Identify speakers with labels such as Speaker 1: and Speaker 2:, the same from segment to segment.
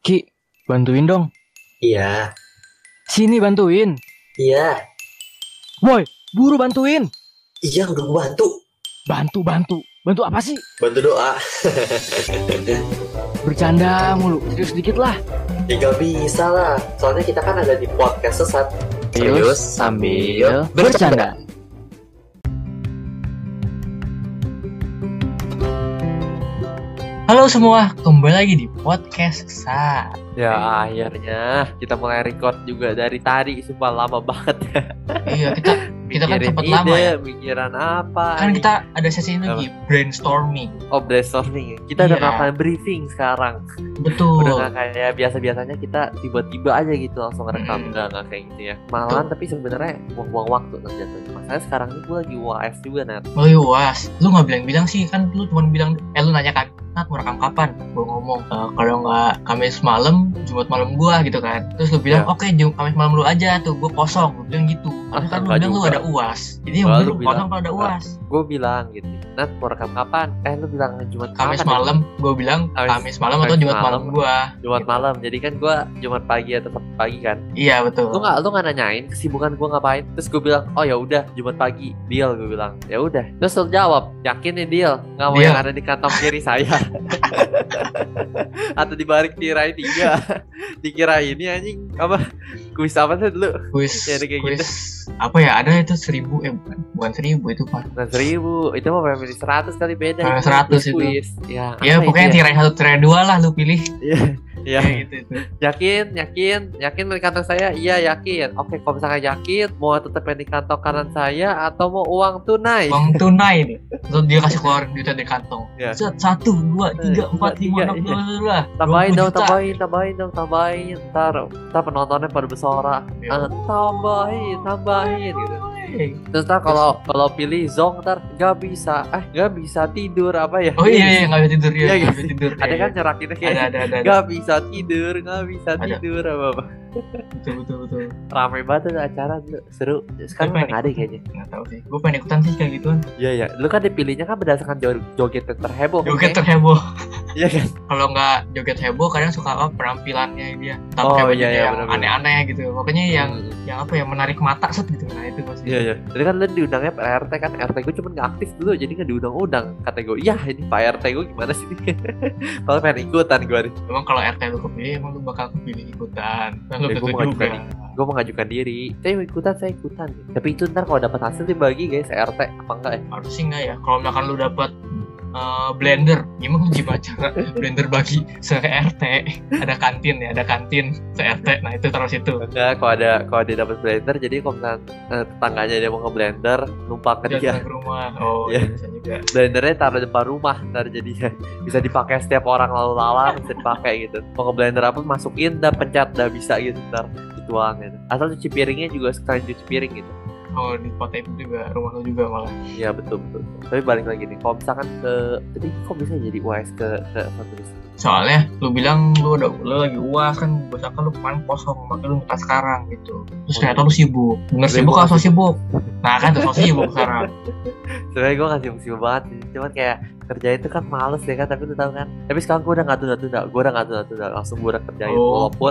Speaker 1: Ki, bantuin dong.
Speaker 2: Iya,
Speaker 1: Sini bantuin.
Speaker 2: iya,
Speaker 1: Woi, buru bantuin.
Speaker 2: iya udah gua bantu.
Speaker 1: Bantu, bantu. Bantu apa sih?
Speaker 2: Bantu doa.
Speaker 1: Bercanda mulu. Serius dikit lah.
Speaker 2: Ya gak bisa lah, soalnya kita kan ada di podcast sesat.
Speaker 3: Halo semua, kembali lagi di podcast Sa.
Speaker 4: Ya akhirnya kita mulai record juga dari tadi sumpah lama banget ya.
Speaker 3: Iya, kita Kita kan
Speaker 4: Mikirin
Speaker 3: sempet lama
Speaker 4: ide,
Speaker 3: ya.
Speaker 4: Mikiran apa?
Speaker 3: kan
Speaker 4: nih?
Speaker 3: kita ada sesi ini lagi brainstorming.
Speaker 4: oh brainstorming. ya. Kita udah
Speaker 3: Iya.
Speaker 4: ngapain briefing sekarang. Udah
Speaker 3: Betul.
Speaker 4: nggak kayak biasa-biasanya kita tiba-tiba aja gitu langsung rekam
Speaker 3: Mm-mm.
Speaker 4: nggak nggak kayak gitu ya. Malahan tapi sebenarnya buang-buang waktu terjatuhnya. Masalahnya sekarang ini gue lagi UAS juga Nat.
Speaker 3: Oh iya, was, lu nggak bilang-bilang sih kan lu cuma bilang, eh lu nanya kan, Nat mau rekam kapan? Gua ngomong "Eh, kalau nggak Kamis malam, Jumat malam gua gitu kan. Terus lu bilang,
Speaker 4: Iya.
Speaker 3: oke Jum- Kamis malam lu aja tuh, gua kosong. Gua bilang gitu. Karena
Speaker 4: Ah,
Speaker 3: kan lu
Speaker 4: nggak
Speaker 3: bilang lu
Speaker 4: juga.
Speaker 3: ada uas. Jadi yang
Speaker 4: Nggak,
Speaker 3: lu
Speaker 4: lu
Speaker 3: kosong
Speaker 4: bilang.
Speaker 3: kalau ada
Speaker 4: Nggak.
Speaker 3: uas.
Speaker 4: Gue bilang gitu. Nat mau rekam kapan? Eh lu bilang Jumat
Speaker 3: Kamis
Speaker 4: kapan ya?
Speaker 3: malam, gua bilang
Speaker 4: Kamis-
Speaker 3: Kamis malam atau
Speaker 4: Kamis
Speaker 3: Jumat malam
Speaker 4: malam.
Speaker 3: gua.
Speaker 4: Jumat malam. Jadi kan gue Jumat pagi ya tetap pagi kan.
Speaker 3: Iya betul.
Speaker 4: lu nggak lu nggak nanyain kesibukan gue ngapain terus gue bilang oh ya udah jumat pagi deal gue bilang ya udah terus lu jawab yakin nih deal nggak mau
Speaker 3: Deal.
Speaker 4: yang ada di kantong kiri saya atau dibalik tirai tiga dikira ini anjing apa kuis apa tuh dulu
Speaker 3: kuis
Speaker 4: Ya, ada kayak
Speaker 3: kuis apa ya ada itu seribu eh bukan bukan seribu itu pak
Speaker 4: nah seribu itu mah berapa seratus kali beda
Speaker 3: Ah,
Speaker 4: itu,
Speaker 3: 100 itu.
Speaker 4: kuis ya
Speaker 3: ya
Speaker 4: apa
Speaker 3: pokoknya
Speaker 4: itu ya?
Speaker 3: tirai satu tirai dua lah lu pilih
Speaker 4: Iya, iya.
Speaker 3: Kayak gitu itu
Speaker 4: yakin yakin yakin dari kantong saya iya yakin oke kalau misalkan yakin mau tetap yang di kantong kanan saya atau mau uang tunai
Speaker 3: uang tunai nih terus dia kasih keluar duitnya dari kantong
Speaker 4: Ya.
Speaker 3: Set, satu dua tiga
Speaker 4: Eh,
Speaker 3: empat
Speaker 4: dua,
Speaker 3: lima
Speaker 4: tiga,
Speaker 3: enam
Speaker 4: iya.
Speaker 3: dua dua
Speaker 4: tambahin
Speaker 3: 20
Speaker 4: dong,
Speaker 3: juta.
Speaker 4: tambahin, tambahin dong, tambahin. Ntar, ntar penontonnya pada bersorak.
Speaker 3: Iya.
Speaker 4: "Eh, tambahin, tambahin gitu.
Speaker 3: Hey.
Speaker 4: Terus ntar kalau kalau pilih zong ntar nggak bisa, eh nggak bisa tidur apa ya?
Speaker 3: oh iya iya nggak bisa tidur ya
Speaker 4: Iya,
Speaker 3: nggak
Speaker 4: gitu.
Speaker 3: bisa tidur
Speaker 4: Ada
Speaker 3: Iya,
Speaker 4: kan
Speaker 3: iya.
Speaker 4: nyerakinnya
Speaker 3: ada
Speaker 4: kayak
Speaker 3: ada ada, ada.
Speaker 4: nggak bisa tidur, nggak bisa
Speaker 3: Ada.
Speaker 4: tidur apa apa.
Speaker 3: betul betul betul
Speaker 4: Ramai banget tuh acara tuh, seru. Sekarang
Speaker 3: Tapi
Speaker 4: udah nggak ada kayaknya.
Speaker 3: nggak tahu sih gue pengen ikutan sih kayak gituan
Speaker 4: Iya ya. Lu kan dipilihnya kan berdasarkan jo- joget yang terheboh. kan,
Speaker 3: joget
Speaker 4: ya?
Speaker 3: terheboh
Speaker 4: Iya kan?
Speaker 3: kalau nggak joget heboh kadang suka apa penampilannya dia tapi
Speaker 4: Oh,
Speaker 3: hebohnya
Speaker 4: iya, iya,
Speaker 3: yang
Speaker 4: benar-benar.
Speaker 3: aneh-aneh gitu pokoknya yang yang apa ya menarik mata set gitu nah itu pasti
Speaker 4: Iya iya. Jadi kan lu diundangnya Pak RT kan RT gue cuma nggak aktif dulu jadi nggak diundang-undang. Kata gue, ya ini Pak RT gue gimana sih? Kalau pengen ikutan gue nih.
Speaker 3: emang kalau RT lu kepilih emang lu bakal kepilih ikutan kan lu
Speaker 4: Ya,
Speaker 3: tentu
Speaker 4: gua mau
Speaker 3: juga
Speaker 4: ikutan. Gue mengajukan diri. Saya mau ikutan, saya ikutan. Tapi itu ntar kalau dapat hasil dibagi guys RT apa enggak ya?
Speaker 3: harus sih enggak ya kalau misalkan lu dapet eh, blender gimana lu gimana cara blender bagi se RT ada kantin ya ada kantin se RT nah itu taruh situ
Speaker 4: Enggak, kalau ada kalau dia dapat blender jadi kalau misalnya eh, tetangganya dia mau nge-blender, numpang ke dia.
Speaker 3: datang ke rumah oh
Speaker 4: ya. Iya.
Speaker 3: bisa juga
Speaker 4: Blendernya taruh depan rumah ntar jadinya bisa dipakai setiap orang lalu lalang bisa dipakai gitu. Mau nge-blender apa masukin dah pencet dah bisa gitu ntar dituang gitu. Asal cuci piringnya juga sekalian cuci piring gitu.
Speaker 3: oh di kota itu juga rumah lu juga malah
Speaker 4: Iya betul betul. Tapi balik lagi nih, kalau misalkan ke, jadi kok bisa jadi UAS ke ke Fatris?
Speaker 3: soalnya lu bilang lu udah lu lagi uas kan buat apa lu kemarin kosong makanya lu minta sekarang gitu terus
Speaker 4: Oh,
Speaker 3: ternyata
Speaker 4: iya.
Speaker 3: lu sibuk bener
Speaker 4: Gue
Speaker 3: sibuk
Speaker 4: gua
Speaker 3: atau
Speaker 4: nggak
Speaker 3: sibuk nah kan tuh sibuk sekarang
Speaker 4: Sebenarnya gue nggak sibuk-sibuk banget, sih. cuman kayak kerja itu kan males ya kan, tapi lu tau kan. Tapi sekarang gue udah nggak tunda-tunda, gue udah nggak tunda-tunda, langsung gue udah kerjain. walaupun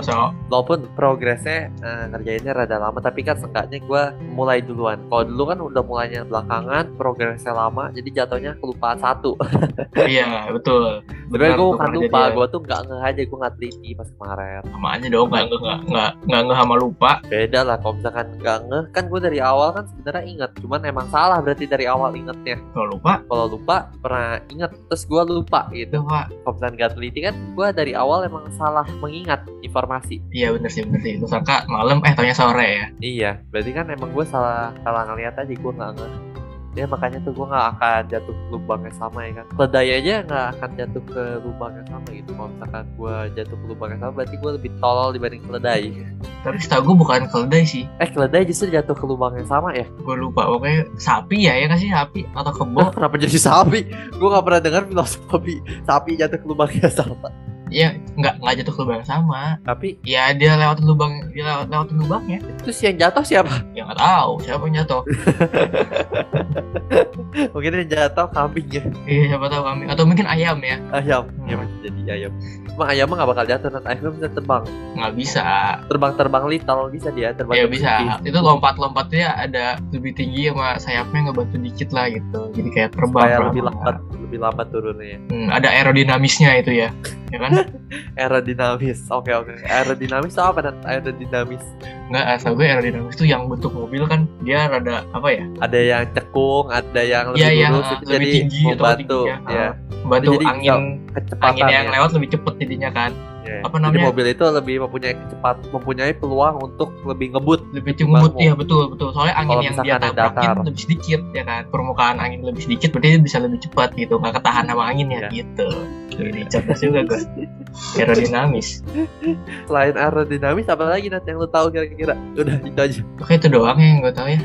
Speaker 3: Oh, so,
Speaker 4: walaupun progresnya eh, kerjainnya rada lama, tapi kan seenggaknya gue mulai duluan. Kalau dulu kan udah mulainya belakangan, progresnya lama, jadi jatuhnya kelupaan satu.
Speaker 3: iya betul Benar,
Speaker 4: Sebenarnya gue
Speaker 3: ya.
Speaker 4: bukan
Speaker 3: pernah
Speaker 4: lupa,
Speaker 3: kejadian.
Speaker 4: gue tuh nggak ngeh aja, gue nggak teliti pas kemarin.
Speaker 3: sama aja dong nggak nggak nggak nggak nggak nggak sama lupa
Speaker 4: beda lah kalau misalkan nggak ngeh kan gue dari awal kan sebenarnya inget cuman emang salah berarti dari awal ingetnya
Speaker 3: kalau lupa
Speaker 4: kalau lupa pernah inget terus gue lupa gitu
Speaker 3: lupa
Speaker 4: kalau misalkan nggak teliti kan gue dari awal emang salah mengingat informasi
Speaker 3: iya bener sih bener sih lu sangka malam eh tanya sore ya
Speaker 4: iya berarti kan emang gue salah salah ngeliat aja gue nggak ngeh ya makanya tuh gue nggak akan jatuh ke lubang yang sama ya kan keledai aja nggak akan jatuh ke lubang yang sama gitu kalau misalkan gue jatuh ke lubang yang sama berarti gue lebih tolol dibanding keledai
Speaker 3: tapi setahu gue bukan keledai sih
Speaker 4: eh keledai justru jatuh ke lubang yang sama ya
Speaker 3: gue lupa pokoknya sapi ya ya nggak sih sapi atau kebo
Speaker 4: Wah kenapa jadi sapi? Gue gak pernah dengar filosofi sapi jatuh ke lubang yang sama.
Speaker 3: ya nggak nggak jatuh ke lubang yang sama
Speaker 4: Tapi
Speaker 3: ya dia lewat lubang dia lewat lewat lubangnya
Speaker 4: terus yang jatuh siapa?
Speaker 3: ya nggak tahu siapa yang jatuh
Speaker 4: Mungkin yang jatuh kambingnya.
Speaker 3: Iya siapa tahu kami atau mungkin ayam ya.
Speaker 4: Ayam.
Speaker 3: Hmm.
Speaker 4: Ya mungkin jadi ayam. Cuma ayam mah nggak bakal jatuh, Nat. Ayam bisa terbang.
Speaker 3: nggak bisa
Speaker 4: Terbang-terbang little bisa dia, terbang.
Speaker 3: ya bisa itu lompat-lompatnya ada lebih tinggi sama sayapnya ngebantu dikit lah gitu jadi kayak terbang
Speaker 4: Supaya
Speaker 3: lah.
Speaker 4: lebih lambat, lebih lambat turunnya.
Speaker 3: Hmm, ada aerodinamisnya itu ya ya kan
Speaker 4: Aerodinamis. Oke, oke. Aerodinamis itu apa, Nat? Aerodinamis.
Speaker 3: nggak asal gue aerodinamis tuh yang bentuk mobil kan dia rada apa ya
Speaker 4: Ada yang cekung, ada yang lebih
Speaker 3: Iya, iya,
Speaker 4: lurus, itu
Speaker 3: lebih
Speaker 4: jadi
Speaker 3: tinggi Ah. atau
Speaker 4: membantu.
Speaker 3: tingginya.
Speaker 4: Ya,
Speaker 3: bantu
Speaker 4: Jadi
Speaker 3: angin
Speaker 4: kecepatan
Speaker 3: angin yang
Speaker 4: ya.
Speaker 3: lewat lebih cepet jadinya kan
Speaker 4: Iya.
Speaker 3: apa
Speaker 4: Jadi
Speaker 3: namanya?
Speaker 4: mobil itu lebih mempunyai kecepat, mempunyai peluang untuk lebih ngebut.
Speaker 3: lebih cemut ya
Speaker 4: Bang,
Speaker 3: betul betul soalnya angin
Speaker 4: Kalau
Speaker 3: yang dia
Speaker 4: misalkan ada
Speaker 3: tabrakin
Speaker 4: datar.
Speaker 3: lebih sedikit ya kan permukaan angin lebih sedikit berarti dia bisa lebih cepat gitu nggak ketahan sama
Speaker 4: Iya.
Speaker 3: anginnya gitu jadi cerdas juga gue aerodinamis
Speaker 4: Selain aerodinamis, apa lagi Nat yang lu tahu kira-kira? Udah itu aja.
Speaker 3: oke itu doang yang gue tahu ya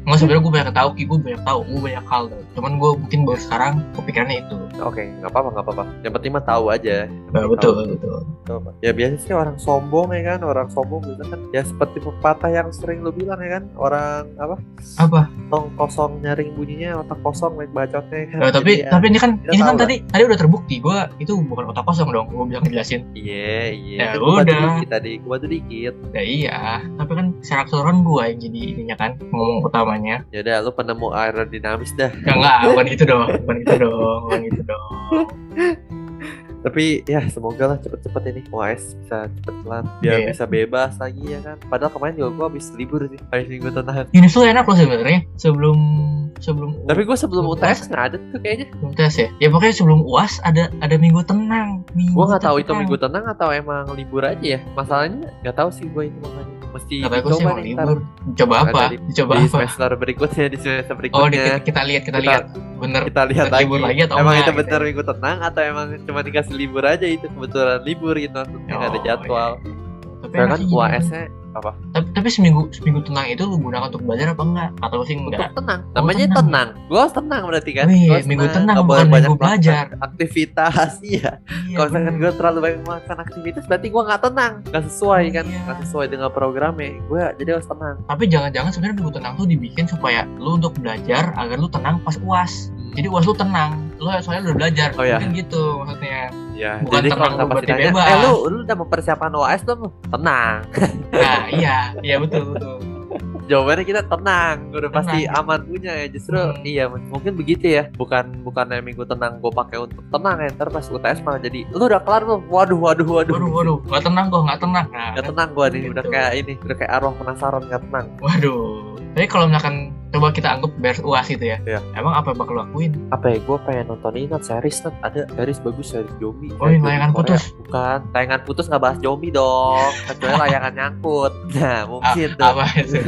Speaker 3: nggak sebenarnya gue banyak tahu ki gue banyak tahu gue banyak hal tau. cuman gue mungkin baru sekarang kepikirannya itu
Speaker 4: Oke, nggak apa-apa, nggak apa-apa. Yang penting mah tahu aja.
Speaker 3: Nah, betul betul
Speaker 4: Betul, Pak. Ya biasanya sih orang sombong ya kan, orang sombong gitu kan. Ya seperti pepatah yang sering lu bilang ya kan, orang apa?
Speaker 3: Apa?
Speaker 4: Tong kosong nyaring bunyinya, otak kosong baik bacotnya. ya kan.
Speaker 3: Nah, tapi
Speaker 4: Jadi ya,
Speaker 3: tapi ini kan
Speaker 4: kita
Speaker 3: ini kan
Speaker 4: tahu
Speaker 3: tadi tadi udah terbukti gue itu bukan otak kosong dong gue bilang ngejelasin
Speaker 4: Iya, iya.
Speaker 3: Ya
Speaker 4: Kan gua bantu
Speaker 3: udah.
Speaker 4: dikit Tadi gua tuh dikit.
Speaker 3: ya iya tapi kan secara keseluruhan gue yang jadi ininya kan ngomong utamanya
Speaker 4: Ya udah, lu penemu aerodinamis dah.
Speaker 3: Enggak, enggak, bukan gitu dong, bukan gitu dong, bukan gitu dong.
Speaker 4: Tapi ya semoga lah cepet-cepet ini OS bisa cepet lah biar
Speaker 3: Iya.
Speaker 4: bisa bebas lagi ya kan. Padahal kemarin juga gua habis libur sih, habis minggu tenang.
Speaker 3: Yunus tuh enak loh sebenarnya sebelum sebelum
Speaker 4: Tapi gua sebelum
Speaker 3: Sebelum
Speaker 4: UTS nggak ada tuh kayaknya.
Speaker 3: sebelum tes ya. Ya pokoknya sebelum UAS ada ada minggu tenang. Minggu
Speaker 4: Gua nggak tahu itu
Speaker 3: tenang.
Speaker 4: minggu tenang atau emang libur aja ya. Masalahnya nggak tahu sih gua itu makanya. Mesti
Speaker 3: Kata gue sih
Speaker 4: dicoba
Speaker 3: emang
Speaker 4: nih ntar
Speaker 3: libur. Coba
Speaker 4: Nggak
Speaker 3: apa?
Speaker 4: ada
Speaker 3: Coba
Speaker 4: di
Speaker 3: apa?
Speaker 4: semester berikutnya di
Speaker 3: Oh, di,
Speaker 4: semester berikutnya.
Speaker 3: kita lihat, kita,
Speaker 4: Kita-
Speaker 3: lihat. Bener.
Speaker 4: kita lihat
Speaker 3: Nggak libur lagi atau
Speaker 4: emang
Speaker 3: nggak,
Speaker 4: itu
Speaker 3: gitu.
Speaker 4: bener minggu tenang atau emang cuma dikasih libur aja itu kebetulan libur gitu maksudnya nggak ada
Speaker 3: Oh,
Speaker 4: jadwal.
Speaker 3: iya. Tapi
Speaker 4: Soalnya
Speaker 3: enak
Speaker 4: kan
Speaker 3: sih jadi.
Speaker 4: UAS-nya
Speaker 3: Tapi, tapi seminggu seminggu tenang itu lu gunakan untuk belajar apa enggak? Atau sih
Speaker 4: untuk
Speaker 3: enggak?
Speaker 4: tenang namanya
Speaker 3: tenang.
Speaker 4: tenang, Gua harus tenang berarti kan
Speaker 3: Wih,
Speaker 4: Gua harus
Speaker 3: minggu tenang,
Speaker 4: Nggak
Speaker 3: bukan
Speaker 4: boleh
Speaker 3: minggu belajar.
Speaker 4: melakukan aktivitas iya
Speaker 3: Iya,
Speaker 4: kalau misalkan
Speaker 3: bener.
Speaker 4: gue terlalu banyak melakukan aktivitas berarti gua nggak tenang nggak sesuai kan
Speaker 3: Iya.
Speaker 4: nggak sesuai dengan programnya Gua jadi harus tenang
Speaker 3: Tapi jangan-jangan sebenarnya minggu tenang tuh dibikin supaya lu untuk belajar agar lu tenang pas UAS. jadi uas lu tenang lu soalnya udah belajar
Speaker 4: Oh, iya.
Speaker 3: mungkin gitu maksudnya
Speaker 4: ya
Speaker 3: bukan tenang
Speaker 4: nggak
Speaker 3: berarti
Speaker 4: pasti nanya,
Speaker 3: bebas.
Speaker 4: eh lu lu udah mempersiapkan OAS belum tenang
Speaker 3: nah iya iya betul betul
Speaker 4: jawabannya kita tenang udah pasti
Speaker 3: Tenang.
Speaker 4: aman punya ya justru
Speaker 3: Hmm.
Speaker 4: iya m- mungkin begitu ya bukan bukan minggu tenang gue pakai untuk tenang ya ntar pas UTS malah jadi lu udah kelar belum waduh waduh waduh
Speaker 3: waduh waduh nggak tenang kok nggak tenang nah
Speaker 4: Gak tenang gua nih,
Speaker 3: Gitu.
Speaker 4: udah kayak ini, udah kayak arwah penasaran gak tenang
Speaker 3: waduh tapi kalau misalkan coba kita anggap beres uas gitu ya
Speaker 4: Iya.
Speaker 3: emang apa yang bakal lu lakuin
Speaker 4: Apa ya, gua pengen nonton ini kan series kan, ada series bagus, series zombie
Speaker 3: Oh, yang
Speaker 4: series zombie
Speaker 3: layangan
Speaker 4: Korea.
Speaker 3: putus.
Speaker 4: Bukan, layangan putus gak bahas zombie dong, kecuali layangan nyangkut Nah, mungkin tuh
Speaker 3: Ah, apa sih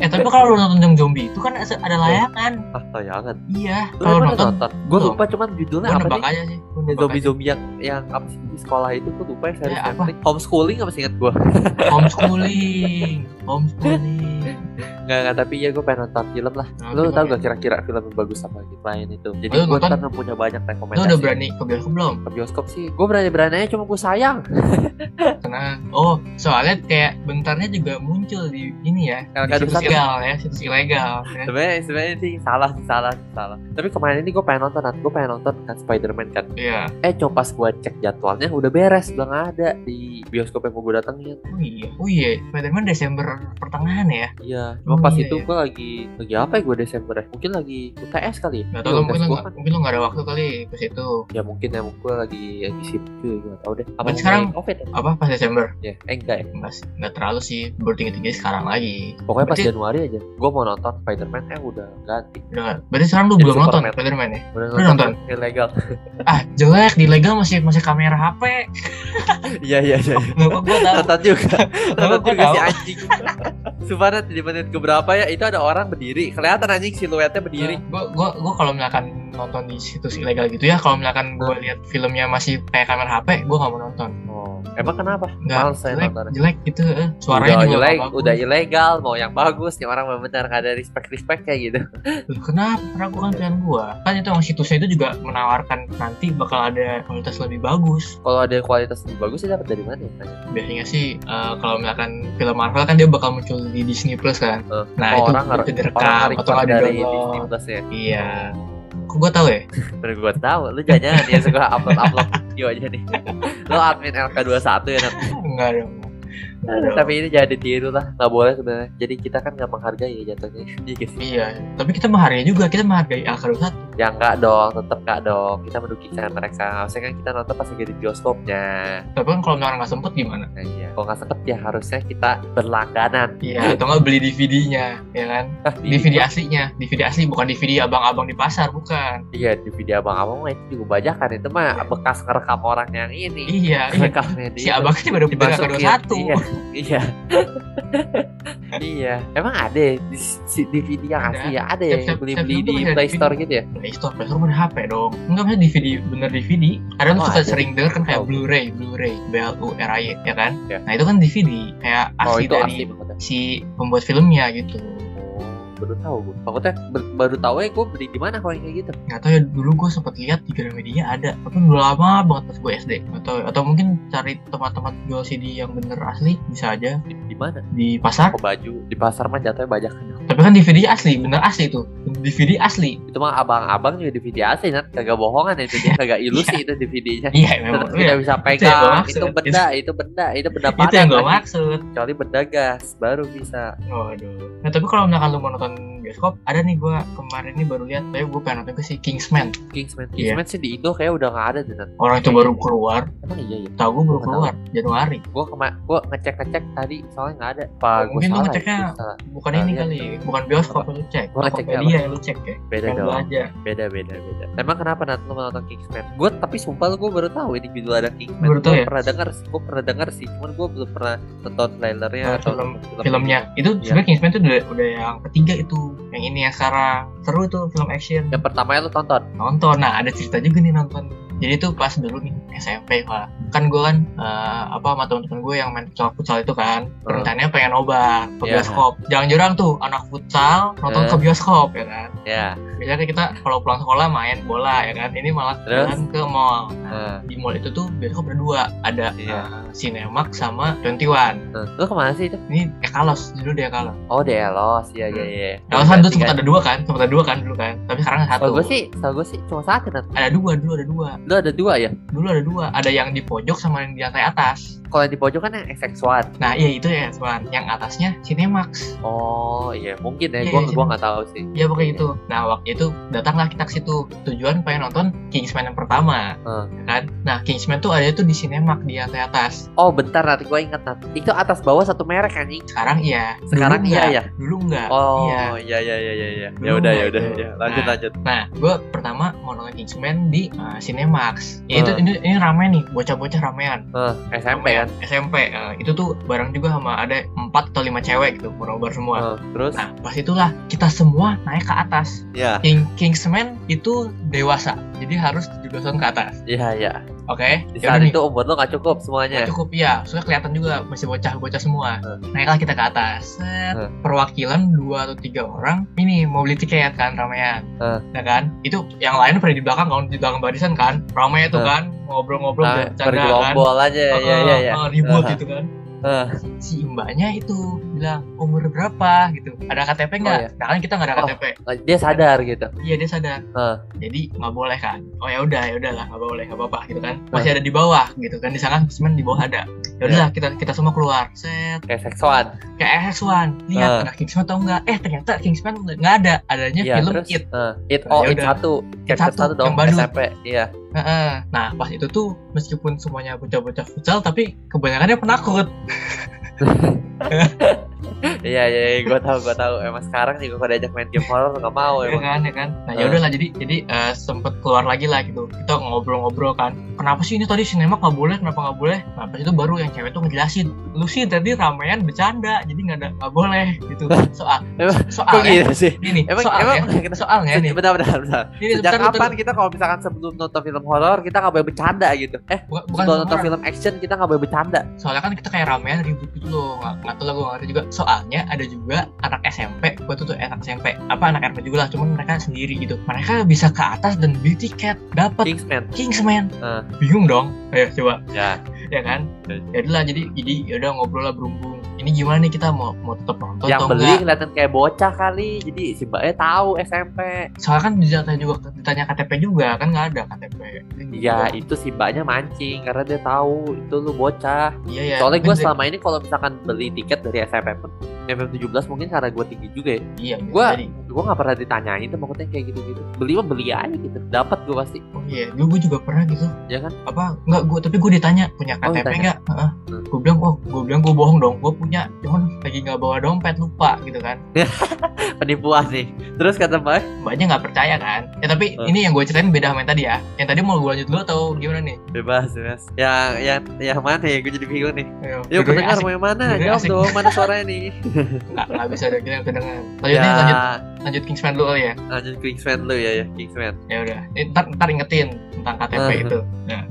Speaker 3: eh tapi kalau lu nonton yang zombie itu kan ada ada layangan
Speaker 4: Ah, layangan
Speaker 3: iya
Speaker 4: Iya. Lu
Speaker 3: kalau
Speaker 4: emang
Speaker 3: nonton
Speaker 4: nonton? Gua
Speaker 3: belum.
Speaker 4: lupa cuman judulnya
Speaker 3: gue
Speaker 4: apa
Speaker 3: nebak
Speaker 4: sih
Speaker 3: aja sih Gua
Speaker 4: Yang
Speaker 3: nebak aja.
Speaker 4: Zombie-zombie yang, yang apa sih, di sekolah itu tuh lupa ya series
Speaker 3: Ya, apa?
Speaker 4: Netflix. Homeschooling apa sih inget gua
Speaker 3: homeschooling homeschooling
Speaker 4: Enggak, enggak, tapi ya gua pengen nonton film lah
Speaker 3: Nah,
Speaker 4: Lu tau
Speaker 3: gimana?
Speaker 4: gak kira-kira film yang bagus apa gitu lain itu Jadi
Speaker 3: Lu
Speaker 4: gua
Speaker 3: nonton?
Speaker 4: ntar punya banyak
Speaker 3: lu
Speaker 4: rekomendasi
Speaker 3: udah berani ke bioskop belum
Speaker 4: Ke bioskop sih, gua berani-berani aja cuma gua sayang
Speaker 3: tenang oh soalnya kayak bentarnya juga muncul di ini ya
Speaker 4: Karena
Speaker 3: di
Speaker 4: kadang
Speaker 3: situs
Speaker 4: satu.
Speaker 3: ilegal ya situs ilegal ya.
Speaker 4: sebenarnya sebenarnya sih salah sih, salah sih, salah tapi kemarin ini gue pengen nonton kan gue pengen nonton kan Spiderman kan
Speaker 3: iya
Speaker 4: eh coba pas gue cek jadwalnya udah beres udah nggak ada di bioskop yang mau gue datengin
Speaker 3: oh iya oh iya Spiderman Desember pertengahan ya
Speaker 4: iya cuma pas
Speaker 3: Iya,
Speaker 4: itu
Speaker 3: iya.
Speaker 4: gue lagi lagi apa ya gue Desember ya mungkin lagi UTS kali ya
Speaker 3: nggak tahu
Speaker 4: Iya,
Speaker 3: lo
Speaker 4: UTS
Speaker 3: mungkin lo
Speaker 4: gua
Speaker 3: nggak
Speaker 4: kan-
Speaker 3: mungkin lo nggak ada waktu kali ke situ
Speaker 4: ya mungkin ya gue lagi lagi sibuk juga gue tau deh apa
Speaker 3: Dan sekarang-
Speaker 4: ngomongin covid ya?
Speaker 3: apa pas Desember
Speaker 4: ya eh enggak ya
Speaker 3: nggak sih, nggak terlalu sih bertinggi tinggi sekarang lagi
Speaker 4: pokoknya pas
Speaker 3: Berarti-
Speaker 4: Januari aja gue mau nonton Spiderman eh udah ganti
Speaker 3: udah nggak- berarti sekarang lu
Speaker 4: Jadi
Speaker 3: belum nonton
Speaker 4: Superman.
Speaker 3: Spiderman ya
Speaker 4: udah
Speaker 3: lu nonton
Speaker 4: ilegal
Speaker 3: ah jelek di legal masih masih kamera HP
Speaker 4: iya iya iya iya.
Speaker 3: nggak apa gue tahu
Speaker 4: nonton juga
Speaker 3: Kenapa Oh.
Speaker 4: nonton
Speaker 3: gua
Speaker 4: juga si
Speaker 3: tahu?
Speaker 4: anjing Sumpah Nat, di menit keberapa ya itu ada orang berdiri kelihatan anjing siluetnya berdiri
Speaker 3: gue gue gue kalau misalkan nonton di situs ilegal gitu ya kalau misalkan gue lihat filmnya masih kayak kamera HP gue nggak mau nonton
Speaker 4: oh emang kenapa
Speaker 3: Nggak,
Speaker 4: Males saya
Speaker 3: jelek,
Speaker 4: nontonnya.
Speaker 3: jelek gitu eh. Suaranya
Speaker 4: udah
Speaker 3: juga
Speaker 4: ileg-
Speaker 3: nggak bagus.
Speaker 4: udah ilegal mau yang bagus nih orang benar nggak ada respect respect kayak gitu
Speaker 3: Loh, Kenapa? Karena gue kan pilihan gua Kan itu emang situsnya itu juga menawarkan nanti bakal ada kualitas lebih bagus
Speaker 4: kalau ada kualitas lebih bagus ya dapat dari mana ya tanya?
Speaker 3: Biasanya sih eh, kalau misalkan film Marvel kan dia bakal muncul di Disney Plus kan
Speaker 4: Eh,
Speaker 3: Nah,
Speaker 4: oh,
Speaker 3: itu
Speaker 4: orang
Speaker 3: butuh
Speaker 4: nggak
Speaker 3: direkam
Speaker 4: orang nggak
Speaker 3: atau
Speaker 4: record
Speaker 3: nggak
Speaker 4: dari
Speaker 3: di-download.
Speaker 4: Disney Plus ya
Speaker 3: Iya Kok gue tahu ya?
Speaker 4: Terus gue tahu lu jangan dia suka upload upload video aja nih. Lu admin LK21 ya Nat?
Speaker 3: Enggak dong.
Speaker 4: Aduh, Tapi ini jangan ditiru lah, nggak boleh sebenarnya. Jadi kita kan nggak menghargai ya jatuhnya. Iya nggak sih?
Speaker 3: Iya, tapi kita menghargai juga, kita menghargai akar satu.
Speaker 4: Ya nggak dong, tetap nggak dong. Kita mendugikan mereka. Harusnya kan kita nonton pas lagi di bioskopnya.
Speaker 3: Tapi kan kalau orang nggak sempet gimana?
Speaker 4: Nah, iya. Kalau nggak sempet ya harusnya kita berlangganan.
Speaker 3: Iya, atau nggak beli DVD-nya, ya kan?
Speaker 4: Ah,
Speaker 3: DVD aslinya, DVD asli bukan DVD abang-abang di pasar, bukan.
Speaker 4: Iya DVD abang-abang mah itu juga bajakan itu mah bekas ngerekam orang yang ini.
Speaker 3: Iya, iya.
Speaker 4: Rekamnya dia.
Speaker 3: Si abangnya baru di
Speaker 4: Dimasukin.
Speaker 3: akar satu.
Speaker 4: Iya. Iya. Iya. Emang ada ya di si DVD yang
Speaker 3: Ada.
Speaker 4: asli ya? Ada
Speaker 3: Tiap-
Speaker 4: ya yang
Speaker 3: tiap-
Speaker 4: beli-beli
Speaker 3: tiap
Speaker 4: di
Speaker 3: rumah ada
Speaker 4: Play
Speaker 3: DVD.
Speaker 4: Store gitu ya?
Speaker 3: Play Store, Play Store bener HP dong. Enggak bisa DVD, bener DVD. Kadang
Speaker 4: Oh,
Speaker 3: tuh suka
Speaker 4: ada.
Speaker 3: sering denger kan kayak
Speaker 4: Oh.
Speaker 3: Blu-ray, Blu-ray, B L U R I ya kan?
Speaker 4: Iya.
Speaker 3: Nah itu kan DVD kayak
Speaker 4: Oh
Speaker 3: asli
Speaker 4: itu
Speaker 3: dari
Speaker 4: asli banget. ya.
Speaker 3: si pembuat filmnya gitu.
Speaker 4: Oh, baru tahu gue. Takutnya ber- baru tahu ya gue beli di mana kalau yang kayak gitu.
Speaker 3: Nggak tahu ya dulu gue sempet lihat di Gramedia ada, tapi udah lama banget pas gue SD. Nggak tahu ya. atau mungkin cari tempat-tempat jual CD yang bener asli bisa aja
Speaker 4: Di, di mana?
Speaker 3: di pasar.
Speaker 4: Ke baju di pasar mah jatuhnya bajakan.
Speaker 3: Tapi kan DVD asli, bener asli itu. DVD asli.
Speaker 4: Itu mah abang-abang juga DVD asli nat kagak bohongan itu dia kagak ilusi itu DVD-nya.
Speaker 3: Iya
Speaker 4: Terus
Speaker 3: memang.
Speaker 4: tidak
Speaker 3: Iya.
Speaker 4: bisa
Speaker 3: yang gua
Speaker 4: pegang
Speaker 3: maksud.
Speaker 4: itu benda itu benda itu benda
Speaker 3: Itu yang gue
Speaker 4: lagi.
Speaker 3: maksud.
Speaker 4: kecuali benda gas baru bisa
Speaker 3: Waduh. Nah tapi kalau misalkan lu mau nonton bioskop, ada nih gua kemarin nih baru lihat, tapi gua pengen nonton ke si Kingsman.
Speaker 4: Kingsman
Speaker 3: Iya.
Speaker 4: Kingsman sih di Indo kayak udah nggak ada deh Nat.
Speaker 3: Orang itu baru keluar,
Speaker 4: emang iya ya
Speaker 3: tahu Iya. gua baru
Speaker 4: Nggak
Speaker 3: keluar Januari.
Speaker 4: gue kema gue ngecek ngecek tadi soalnya nggak ada apa
Speaker 3: Oh, mungkin lu
Speaker 4: salah ya?
Speaker 3: ngeceknya
Speaker 4: Gua salah.
Speaker 3: Bukan
Speaker 4: Nah,
Speaker 3: ini
Speaker 4: iya.
Speaker 3: kali, bukan bioskop lu cek.
Speaker 4: Gua ngecek
Speaker 3: Tokopedia
Speaker 4: apa?
Speaker 3: yang lu cek ya.
Speaker 4: beda
Speaker 3: Yang lu
Speaker 4: dong
Speaker 3: aja.
Speaker 4: beda beda beda emang kenapa Nat lu menonton Kingsman gue tapi sumpah gue baru tahu ini judul ada Kingsman
Speaker 3: Baru tahu
Speaker 4: Gua
Speaker 3: ya?
Speaker 4: pernah dengar sih gue pernah dengar sih cuman gue belum pernah nonton trailernya
Speaker 3: Nah,
Speaker 4: atau
Speaker 3: film-
Speaker 4: nonton
Speaker 3: Filmnya itu
Speaker 4: Iya.
Speaker 3: sebenarnya Kingsman itu udah, udah yang ketiga itu, yang ini yang sekarang seru tuh film action.
Speaker 4: yang pertama lu tonton
Speaker 3: nonton nah ada cerita juga nih nonton jadi tuh pas dulu nih SMP lah kan gue kan eh, apa sama teman-teman gue yang main futsal futsal itu kan permintaannya pengen obat ke
Speaker 4: Eh. Iya.
Speaker 3: bioskop jarang-jarang tuh anak futsal nonton
Speaker 4: Eh.
Speaker 3: ke bioskop ya kan
Speaker 4: ya
Speaker 3: biasanya kita kalau pulang sekolah main bola ya kan ini malah
Speaker 4: Terus?
Speaker 3: jalan ke mall
Speaker 4: Eh.
Speaker 3: di mall itu tuh bioskop ada dua ada
Speaker 4: Iya.
Speaker 3: eh, Cinemark sama 21
Speaker 4: Nah, lu kemana sih itu
Speaker 3: ini Ekalos dulu dia Ekalos
Speaker 4: oh di Elos ya ya ya
Speaker 3: Ekalos kan dulu sempat ada dua kan sempat ada dua kan dulu kan tapi sekarang satu
Speaker 4: gue sih tau gue sih cuma satu Nat.
Speaker 3: ada dua dulu ada dua
Speaker 4: lu ada dua ya
Speaker 3: dulu ada dua ada yang di pojok sama yang di lantai atas
Speaker 4: kalau yang di pojok kan yang XX1
Speaker 3: nah iya itu ya teman yang atasnya Cinemax
Speaker 4: Oh iya mungkin ya,
Speaker 3: Iya,
Speaker 4: gua
Speaker 3: iya,
Speaker 4: gua nggak tahu sih.
Speaker 3: ya pokoknya itu nah waktu itu datanglah kita ke situ tujuan pengen nonton Kingsman yang pertama
Speaker 4: Hmm.
Speaker 3: ya kan nah Kingsman tuh ada tuh di Cinemax di lantai atas
Speaker 4: Oh bentar nanti gua inget nanti. Itu atas bawah satu merek anjing.
Speaker 3: sekarang iya Dulu
Speaker 4: Sekarang iya
Speaker 3: enggak.
Speaker 4: ya.
Speaker 3: dulu enggak
Speaker 4: Oh
Speaker 3: iya
Speaker 4: iya iya iya iya. iya. Ya
Speaker 3: Dulu
Speaker 4: udah
Speaker 3: nggak
Speaker 4: ya udah
Speaker 3: itu.
Speaker 4: ya. Lanjut
Speaker 3: Nah.
Speaker 4: lanjut.
Speaker 3: Nah, gue pertama mau nonton Kingsman di uh, Cinemax. Ya, itu
Speaker 4: Hmm.
Speaker 3: ini, ini rame nih, bocah-bocah ramean.
Speaker 4: Eh, SMP
Speaker 3: Ramean,
Speaker 4: kan.
Speaker 3: SMP. eh, itu tuh bareng juga sama ada empat atau lima cewek gitu, berobar semua.
Speaker 4: Eh, terus
Speaker 3: Nah, pas itulah kita semua naik ke atas.
Speaker 4: ya
Speaker 3: King Kingsman itu dewasa, jadi harus 17 tahun ke atas.
Speaker 4: iya iya.
Speaker 3: Oke?
Speaker 4: Di
Speaker 3: Ya
Speaker 4: saat
Speaker 3: udah nih,
Speaker 4: itu iya. umur lo nggak cukup semuanya.
Speaker 3: cukup ya, soalnya kelihatan juga masih bocah-bocah semua.
Speaker 4: Hmm.
Speaker 3: Naiklah kita ke atas. Set,
Speaker 4: Hmm.
Speaker 3: Perwakilan dua atau tiga orang. Ini mau beli tiket kan ramean.
Speaker 4: Hmm.
Speaker 3: Ya kan? Itu yang lain pada di belakang kan di belakang barisan kan. Ramai tuh
Speaker 4: Hmm.
Speaker 3: kan, ngobrol-ngobrol
Speaker 4: Nah,
Speaker 3: bercanda kan.
Speaker 4: bergelombol aja
Speaker 3: Oh,
Speaker 4: ya ya ya.
Speaker 3: oh, ribut
Speaker 4: Aha.
Speaker 3: gitu kan.
Speaker 4: Eh,
Speaker 3: Si mbaknya itu bilang umur berapa gitu. Ada KTP nggak?
Speaker 4: Oh, iya.
Speaker 3: Nah kan kita nggak ada
Speaker 4: Oh.
Speaker 3: KTP.
Speaker 4: dia sadar gitu.
Speaker 3: Iya dia sadar.
Speaker 4: Heeh.
Speaker 3: Jadi nggak boleh kan? Oh ya udah ya udahlah nggak boleh nggak apa-apa gitu kan. Masih ada di bawah gitu kan di sana semen di bawah ada.
Speaker 4: Iya.
Speaker 3: Ya udahlah kita kita semua keluar. Set
Speaker 4: Kayak seksuan.
Speaker 3: ke RS1 lihat
Speaker 4: Ah.
Speaker 3: ada Kingsman atau enggak? Eh ternyata Kingsman nggak ada. Adanya
Speaker 4: Iya
Speaker 3: film
Speaker 4: terus.
Speaker 3: It.
Speaker 4: eh, it
Speaker 3: Nah,
Speaker 4: oh
Speaker 3: ya
Speaker 4: it
Speaker 3: udah.
Speaker 4: satu.
Speaker 3: It
Speaker 4: Kayak
Speaker 3: satu,
Speaker 4: satu
Speaker 3: yang
Speaker 4: dong
Speaker 3: badut.
Speaker 4: SMP. Iya.
Speaker 3: Heeh. Nah pas itu tuh meskipun semuanya bocah-bocah futsal tapi kebanyakannya penakut.
Speaker 4: Iya iya iya, gua tahu gua tahu. Emang sekarang juga kalau diajak main game horror nggak mau
Speaker 3: ya
Speaker 4: emang.
Speaker 3: kan ya kan nah
Speaker 4: Ah.
Speaker 3: ya udahlah jadi jadi eh, sempet keluar lagi lah gitu kita ngobrol-ngobrol kan kenapa sih ini tadi sinema nggak boleh kenapa nggak boleh nah pas itu baru yang cewek tuh ngejelasin lu sih tadi ramean bercanda jadi nggak ada nggak boleh gitu soal
Speaker 4: Emang- Kok
Speaker 3: soalnya
Speaker 4: gitu sih?
Speaker 3: ini ya.
Speaker 4: Emang
Speaker 3: soalnya
Speaker 4: emang kita
Speaker 3: soalnya nih
Speaker 4: Bentar, bentar, bentar.
Speaker 3: ini
Speaker 4: Sejak
Speaker 3: bentar, bentar,
Speaker 4: kapan kita kalau misalkan sebelum nonton film horor kita nggak boleh bercanda gitu? Eh,
Speaker 3: bukan, bukan
Speaker 4: sebelum
Speaker 3: semua
Speaker 4: nonton
Speaker 3: orang.
Speaker 4: film action kita nggak boleh bercanda.
Speaker 3: soalnya kan kita kayak ramean ribut gitu loh nggak nggak tahu lah gue nggak ngerti juga soalnya ada juga anak SMP gue tuh tuh anak SMP apa anak RP juga lah cuman mereka sendiri gitu mereka bisa ke atas dan beli tiket dapat
Speaker 4: Kingsman.
Speaker 3: Kingsman.
Speaker 4: Ah.
Speaker 3: Bingung dong. Ayo coba,
Speaker 4: Ya.
Speaker 3: ya kan?
Speaker 4: Ya.
Speaker 3: Ya udah lah, jadi jadi ya udah ngobrol lah berhubung ini gimana nih kita mau mau tetap nonton
Speaker 4: yang
Speaker 3: atau
Speaker 4: beli
Speaker 3: enggak
Speaker 4: kelihatan kayak bocah kali jadi si mbaknya tahu SMP
Speaker 3: soalnya kan ditanya juga ditanya KTP juga kan nggak ada KTP
Speaker 4: ya
Speaker 3: Iya.
Speaker 4: itu si mbaknya mancing karena dia tahu itu lu bocah
Speaker 3: iya ya
Speaker 4: soalnya gue
Speaker 3: Mungkin-
Speaker 4: selama ini kalau misalkan beli tiket dari SMP pun MM17 mungkin karena gue tinggi juga ya
Speaker 3: iya bisa
Speaker 4: gua-
Speaker 3: jadi.
Speaker 4: gue nggak pernah ditanyain tuh maksudnya kayak gitu gitu beli mah beli aja gitu dapat gue pasti
Speaker 3: oh iya dulu gue juga pernah gitu
Speaker 4: ya kan
Speaker 3: apa nggak gue tapi gue ditanya punya
Speaker 4: Oh,
Speaker 3: KTP
Speaker 4: ditanya.
Speaker 3: nggak Heeh.
Speaker 4: Hmm.
Speaker 3: gue bilang oh gue bilang gue bohong dong gue punya cuman lagi nggak bawa dompet lupa gitu kan
Speaker 4: penipuan nih terus kata mbak
Speaker 3: mbaknya nggak percaya kan ya tapi
Speaker 4: Hmm.
Speaker 3: ini yang gue ceritain beda sama yang tadi ya yang tadi mau gue lanjut dulu atau gimana nih
Speaker 4: bebas bebas yang yang yang mana ya gue jadi bingung nih
Speaker 3: Ayo,
Speaker 4: yuk
Speaker 3: judulnya
Speaker 4: pendengar
Speaker 3: asik.
Speaker 4: mau yang mana
Speaker 3: Judulnya
Speaker 4: jawab
Speaker 3: asik.
Speaker 4: dong mana suaranya nih
Speaker 3: nggak nggak bisa ada kita kedengaran lanjutnya lanjut
Speaker 4: ya
Speaker 3: lanjut Kingsman dulu kali ya
Speaker 4: lanjut Kingsman lu ya ya Kingsman
Speaker 3: ya udah Eh, ntar ntar ingetin tentang KTP
Speaker 4: Hmm.
Speaker 3: itu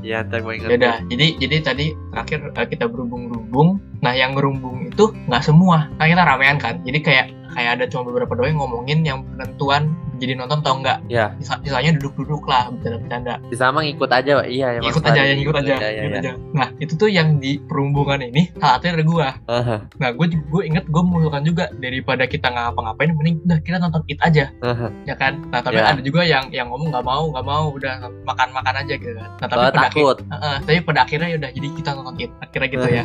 Speaker 4: ya ntar gue ingat
Speaker 3: ya udah jadi jadi tadi terakhir eh, kita berhubung-hubung nah yang ngerumbung itu nggak semua nah kita ramean kan jadi kayak kayak ada cuma beberapa doang yang ngomongin yang penentuan jadi nonton atau enggak
Speaker 4: Ya.
Speaker 3: Sisa- sisanya duduk-duduk lah bercanda-bercanda
Speaker 4: bisa mah ngikut aja Pak. iya ya
Speaker 3: ikut
Speaker 4: maksud
Speaker 3: aja
Speaker 4: tadi.
Speaker 3: yang ikut aja,
Speaker 4: Iya, iya,
Speaker 3: ikut
Speaker 4: iya.
Speaker 3: aja. nah itu tuh yang di perhubungan ini salah satunya ada gua
Speaker 4: Aha,
Speaker 3: nah gue gue inget gue mengusulkan juga daripada kita nggak ngapa-ngapain mending udah kita nonton it aja
Speaker 4: aha.
Speaker 3: ya kan nah tapi
Speaker 4: Ya.
Speaker 3: ada juga yang yang ngomong nggak mau nggak mau udah makan makan aja gitu kan nah tapi
Speaker 4: Soalnya
Speaker 3: pada akhir-
Speaker 4: takut Eh.
Speaker 3: Heeh, tapi pada akhirnya ya udah jadi kita nonton it akhirnya gitu ya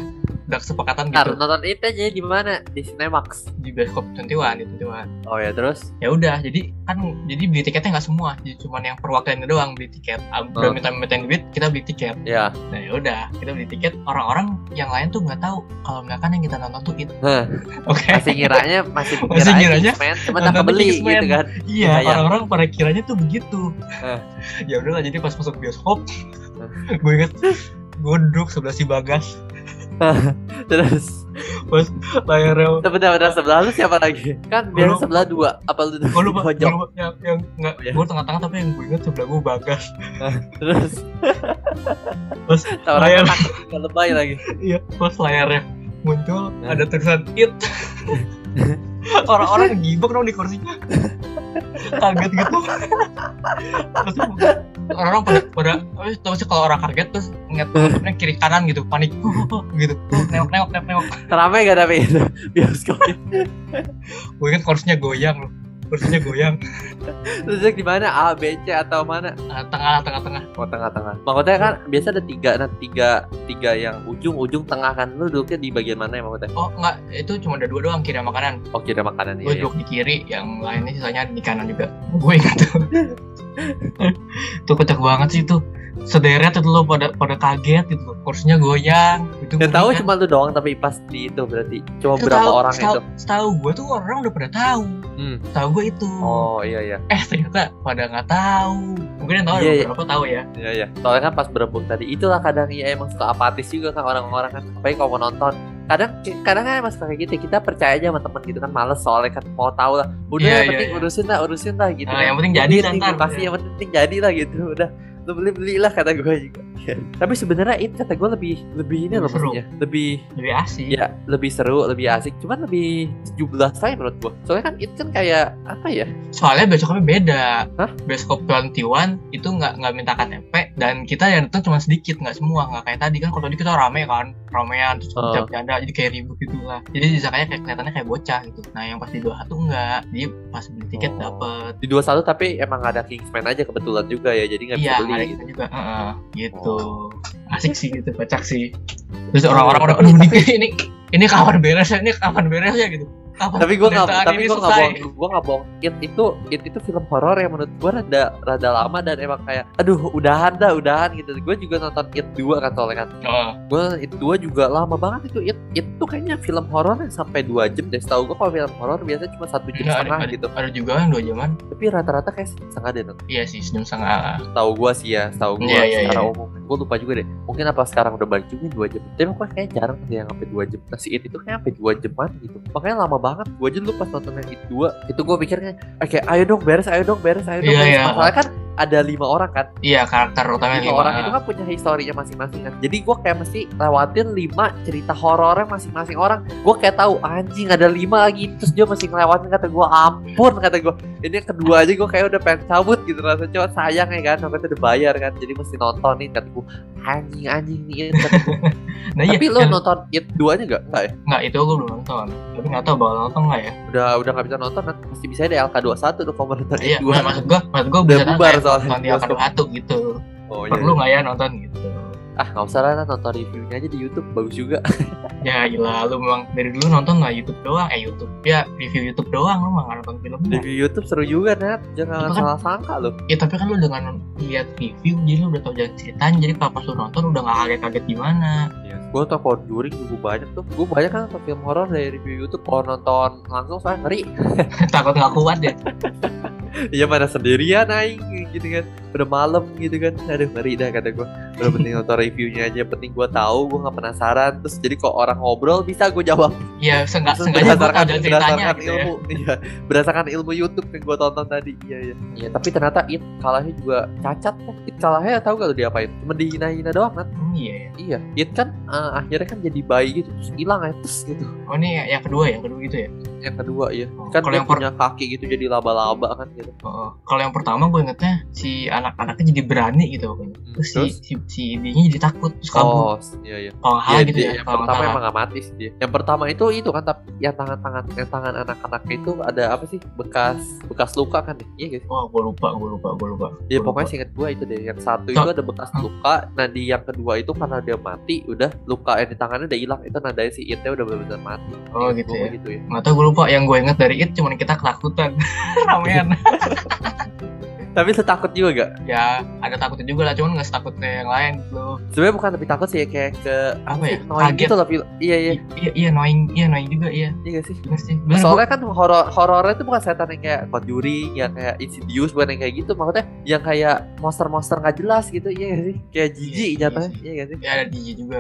Speaker 3: udah kesepakatan
Speaker 4: ntar
Speaker 3: gitu
Speaker 4: nonton itu aja di mana di Cinemax
Speaker 3: di bioskop tentuan di tentuan
Speaker 4: oh ya terus
Speaker 3: ya udah jadi kan jadi beli tiketnya nggak semua jadi cuman yang perwakilannya doang beli tiket Ah, udah
Speaker 4: Hmm.
Speaker 3: minta mintain duit kita beli tiket
Speaker 4: ya
Speaker 3: nah ya udah kita beli tiket orang-orang yang lain tuh nggak tahu kalau misalkan yang kita nonton tuh it
Speaker 4: Hah,
Speaker 3: oke
Speaker 4: masih ngiranya masih
Speaker 3: Eh. Masih ngiranya
Speaker 4: Kingsman cuma
Speaker 3: nonton
Speaker 4: tak kebeli
Speaker 3: Kingsman.
Speaker 4: gitu kan
Speaker 3: Iya,
Speaker 4: Sayang.
Speaker 3: orang-orang pada kiranya tuh begitu.
Speaker 4: Eh.
Speaker 3: ya udahlah, jadi pas masuk bioskop, gue inget gue duduk sebelah si Bagas,
Speaker 4: terus
Speaker 3: layarnya
Speaker 4: sebentar sebelah lu siapa lagi kan
Speaker 3: Gua
Speaker 4: biar
Speaker 3: lupa.
Speaker 4: sebelah dua apa lu duduk
Speaker 3: gue
Speaker 4: di
Speaker 3: lupa, gue
Speaker 4: pojok
Speaker 3: lupa yang, yang nggak,
Speaker 4: Iya.
Speaker 3: gue tengah-tengah tapi yang gue inget sebelah gue Bagas.
Speaker 4: terus
Speaker 3: Terus
Speaker 4: Tau orang
Speaker 3: layar,
Speaker 4: takut nggak lebay lagi
Speaker 3: iya, terus layarnya muncul
Speaker 4: Eh.
Speaker 3: ada tulisan it. Orang-orang gibok dong di kursinya, kaget gitu. terus orang-orang pada, pada eh, tau sih kalau orang kaget terus ngeliat temen-temennya
Speaker 4: Eh.
Speaker 3: kiri kanan gitu, panik gitu, nengok nengok nengok nengok.
Speaker 4: ramai gak tapi itu bioskop
Speaker 3: gue kan kursinya goyang loh kursinya goyang
Speaker 4: terus duduk di mana A B C atau mana
Speaker 3: Ah, tengah tengah tengah
Speaker 4: Oh tengah-tengah. Maksudnya kan biasa ada tiga, nah tiga tiga yang ujung ujung tengah kan lu duduknya di bagian mana ya maksudnya?
Speaker 3: oh enggak itu cuma ada dua doang kiri sama kanan
Speaker 4: Oke ada makanan
Speaker 3: gue
Speaker 4: ya.
Speaker 3: duduk di kiri yang lainnya sisanya ada di kanan juga gue ingat tuh itu kocak banget sih itu sederet itu lo pada pada kaget itu loh. kursinya goyang itu
Speaker 4: Yang tahu cuma lu doang tapi pas di itu berarti cuma berapa orang itu.
Speaker 3: tahu gue tuh orang udah pada tahu
Speaker 4: Hmm.
Speaker 3: tahu gue itu
Speaker 4: Oh iya iya
Speaker 3: eh ternyata pada nggak tahu mungkin yang tahu ada
Speaker 4: Iya, iya.
Speaker 3: beberapa tahu ya
Speaker 4: iya iya. Soalnya kan pas berebut tadi itulah kadang ya emang suka apatis juga kan orang-orang kan apalagi kalau mau nonton. Kadang kadang kan emang suka kayak gitu kita percaya aja sama temen gitu kan males soalnya kan mau tahu lah. Udah
Speaker 3: Iya,
Speaker 4: yang
Speaker 3: iya,
Speaker 4: penting
Speaker 3: iya.
Speaker 4: urusin lah urusin lah gitu.
Speaker 3: Ah,
Speaker 4: kan.
Speaker 3: yang penting jadi
Speaker 4: jadi
Speaker 3: lah
Speaker 4: nih,
Speaker 3: ntar. Iya.
Speaker 4: pasti yang penting jadi lah gitu udah lu beli belilah kata gue juga tapi sebenarnya itu kata gue lebih lebih ini
Speaker 3: Iya.
Speaker 4: loh
Speaker 3: Lebih seru.
Speaker 4: maksudnya lebih
Speaker 3: lebih asik
Speaker 4: ya lebih seru lebih asik cuman lebih 17 saya menurut gue soalnya kan itu kan kayak apa ya
Speaker 3: soalnya bioskopnya beda
Speaker 4: Hah?
Speaker 3: bioskop 21 itu nggak nggak minta KTP dan kita yang datang cuma sedikit nggak semua nggak kayak tadi kan kalau tadi kita rame kan ramean terus
Speaker 4: Oh.
Speaker 3: tiap janda jadi kayak ribut gitu lah jadi disangkanya kayak kelihatannya kayak bocah gitu nah yang pas di 21 enggak dia pas beli tiket
Speaker 4: Oh.
Speaker 3: dapet
Speaker 4: di 21 tapi emang nggak ada Kingsman aja kebetulan juga ya jadi nggak
Speaker 3: iya
Speaker 4: bisa beli
Speaker 3: ada
Speaker 4: gitu.
Speaker 3: kita juga Heeh, gitu
Speaker 4: Oh.
Speaker 3: asik sih gitu kocak sih terus orang-orang udah aduh ini ini ini kapan beres ya ini kapan beres ya gitu kapan
Speaker 4: tapi gue nggak
Speaker 3: pendataan
Speaker 4: tapi
Speaker 3: ini
Speaker 4: gue nggak
Speaker 3: selesai?
Speaker 4: bohong gue nggak bohong it itu it itu film horor yang menurut gue rada rada lama dan emang kayak aduh udahan dah udahan gitu gue juga nonton it 2 kan soalnya kan
Speaker 3: Oh,
Speaker 4: Gue It 2 juga lama banget itu It, It tuh kayaknya film horor yang sampai 2 jam deh Setahu gue kalau film horor biasanya cuma satu jam
Speaker 3: enggak,
Speaker 4: setengah
Speaker 3: ada,
Speaker 4: gitu
Speaker 3: ada juga yang dua jaman
Speaker 4: Tapi rata-rata kayak setengah deh Nat.
Speaker 3: iya sih sejam setengah
Speaker 4: Setahu gue sih ya Setahu gue
Speaker 3: Iya, iya,
Speaker 4: secara
Speaker 3: iya.
Speaker 4: umum Gue lupa juga deh Mungkin apa sekarang udah balik juga 2 jam Tapi pokoknya kayaknya jarang deh yang sampai 2 jam Nah si It itu kayaknya sampai 2 jaman gitu Makanya lama banget Gue aja dulu pas nonton yang It 2 Itu gue pikirnya Oke ayo dong beres ayo dong beres ayo dong
Speaker 3: Iya,
Speaker 4: beres
Speaker 3: iya.
Speaker 4: Masalahnya kan ada lima orang kan
Speaker 3: Iya karakter utamanya gitu.
Speaker 4: lima
Speaker 3: lima
Speaker 4: orang itu kan punya historinya masing-masing kan. Jadi gue kayak mesti lewatin lima cerita horornya masing-masing orang. Gue kayak tahu anjing ada lima lagi terus dia mesti ngelewatin kata gue ampun kata gue ini yang kedua aja gue kayak udah pengen cabut gitu rasanya cuma sayang ya kan sampai udah bayar kan jadi mesti nontonin kata gue anjing anjing nih Inter
Speaker 3: Nah iya,
Speaker 4: Tapi lo
Speaker 3: kan-
Speaker 4: nonton It 2 nya gak? Enggak ya?
Speaker 3: nggak itu gue belum nonton. Tapi nggak tahu bakal nonton nggak ya.
Speaker 4: Udah udah gak bisa nonton, nanti pasti bisa deh LK21 tuh kalau nonton
Speaker 3: Iya,
Speaker 4: It 2
Speaker 3: nah, maksud gue, maksud gue
Speaker 4: Udah
Speaker 3: bisa kan
Speaker 4: bubar
Speaker 3: kayak
Speaker 4: soalnya.
Speaker 3: nonton di akar satu gitu.
Speaker 4: Oh iya,
Speaker 3: Perlu
Speaker 4: iya.
Speaker 3: nggak ya nonton gitu?
Speaker 4: Ah gak usah lah Nat, nonton reviewnya aja di Youtube, bagus juga
Speaker 3: Ya gila, lu memang dari dulu nonton lah YouTube doang, eh YouTube ya review YouTube doang, lu mah nggak nonton filmnya.
Speaker 4: Review Youtube seru juga Nat, jangan
Speaker 3: Itu kan-
Speaker 4: salah sangka lo
Speaker 3: Ya tapi kan lu dengan lihat review, jadi lu udah tau jalan ceritanya, jadi kalau pas lu nonton udah nggak kaget-kaget gimana.
Speaker 4: Gue nonton Conjuring juga banyak tuh Gue banyak kan nonton film horor dari review Youtube Kalau nonton langsung saya ngeri
Speaker 3: Takut nggak kuat ya.
Speaker 4: Iya mana sendirian aing gitu kan Udah malam gitu kan Aduh ngeri dah kata gue Udah penting nonton reviewnya aja Penting gue tahu gue gak penasaran Terus jadi kalau orang ngobrol bisa gue jawab
Speaker 3: Ya seenggak sengaja
Speaker 4: Maksudnya
Speaker 3: gue tau jalan ceritanya
Speaker 4: berdasarkan
Speaker 3: gitu ya.
Speaker 4: ilmu iya berdasarkan ilmu YouTube yang gue tonton tadi iya iya iya tapi ternyata it kalahnya juga cacat ya it kalahnya tahu gak lu diapain cuma dihina-hina doang kan
Speaker 3: Hmm, Iya, ya.
Speaker 4: iya it kan eh, akhirnya kan jadi bayi gitu terus hilang ya terus gitu
Speaker 3: oh ini yang kedua ya, kedua gitu ya.
Speaker 4: yang kedua iya
Speaker 3: Oh,
Speaker 4: kan
Speaker 3: kalau
Speaker 4: dia
Speaker 3: yang per-
Speaker 4: punya kaki gitu jadi laba-laba kan gitu
Speaker 3: Oh, kalau yang pertama gue ingetnya si anak-anaknya jadi berani gitu pokoknya. Terus, si,
Speaker 4: Terus?
Speaker 3: si, si ininya jadi takut terus kabur.
Speaker 4: Oh, iya iya.
Speaker 3: Kalau nggak salah
Speaker 4: Iya,
Speaker 3: gitu
Speaker 4: dia-
Speaker 3: ya,
Speaker 4: yang
Speaker 3: kalau nggak
Speaker 4: pertama
Speaker 3: salah.
Speaker 4: emang gak mati sih dia. Yang pertama itu itu kan tapi yang tangan-tangan yang tangan anak-anak itu ada apa sih? Bekas bekas luka kan ya? Iya gak sih?
Speaker 3: Wah, gue lupa, gue lupa, gue lupa.
Speaker 4: Ya
Speaker 3: Gua
Speaker 4: pokoknya
Speaker 3: lupa.
Speaker 4: singkat gue itu deh. Yang satu
Speaker 3: Cok.
Speaker 4: itu ada bekas
Speaker 3: Hmm.
Speaker 4: luka. Nah di yang kedua itu karena dia mati, udah luka yang di tangannya udah hilang. Itu nadanya si Itnya udah benar-benar mati.
Speaker 3: Oh,
Speaker 4: Seingat
Speaker 3: gitu
Speaker 4: gua
Speaker 3: ya.
Speaker 4: gitu ya.
Speaker 3: Nggak tahu gue lupa. Yang gue inget dari it cuman kita ketakutan.
Speaker 4: Iya.
Speaker 3: Ramean.
Speaker 4: Tapi lu takut juga gak?
Speaker 3: ya, ada takutnya juga lah, cuman nggak setakutnya yang lain gitu.
Speaker 4: Sebenarnya bukan lebih takut sih kayak ke
Speaker 3: Apa ya?
Speaker 4: noise
Speaker 3: Kaget.
Speaker 4: gitu loh. Fil. Iya iya
Speaker 3: I- Iya, iya annoying, iya annoying juga, iya.
Speaker 4: iya gak sih.
Speaker 3: Bener sih. Bener,
Speaker 4: Soalnya kan horor horornya itu bukan setan yang kayak Conjuring, yang kayak Insidious, bukan yang kayak gitu. Maksudnya yang kayak monster-monster gak jelas gitu, iya gak sih? Kayak jijik
Speaker 3: iya
Speaker 4: jatuhnya,
Speaker 3: sih.
Speaker 4: iya gak sih?
Speaker 3: gua- ya ada DJ juga.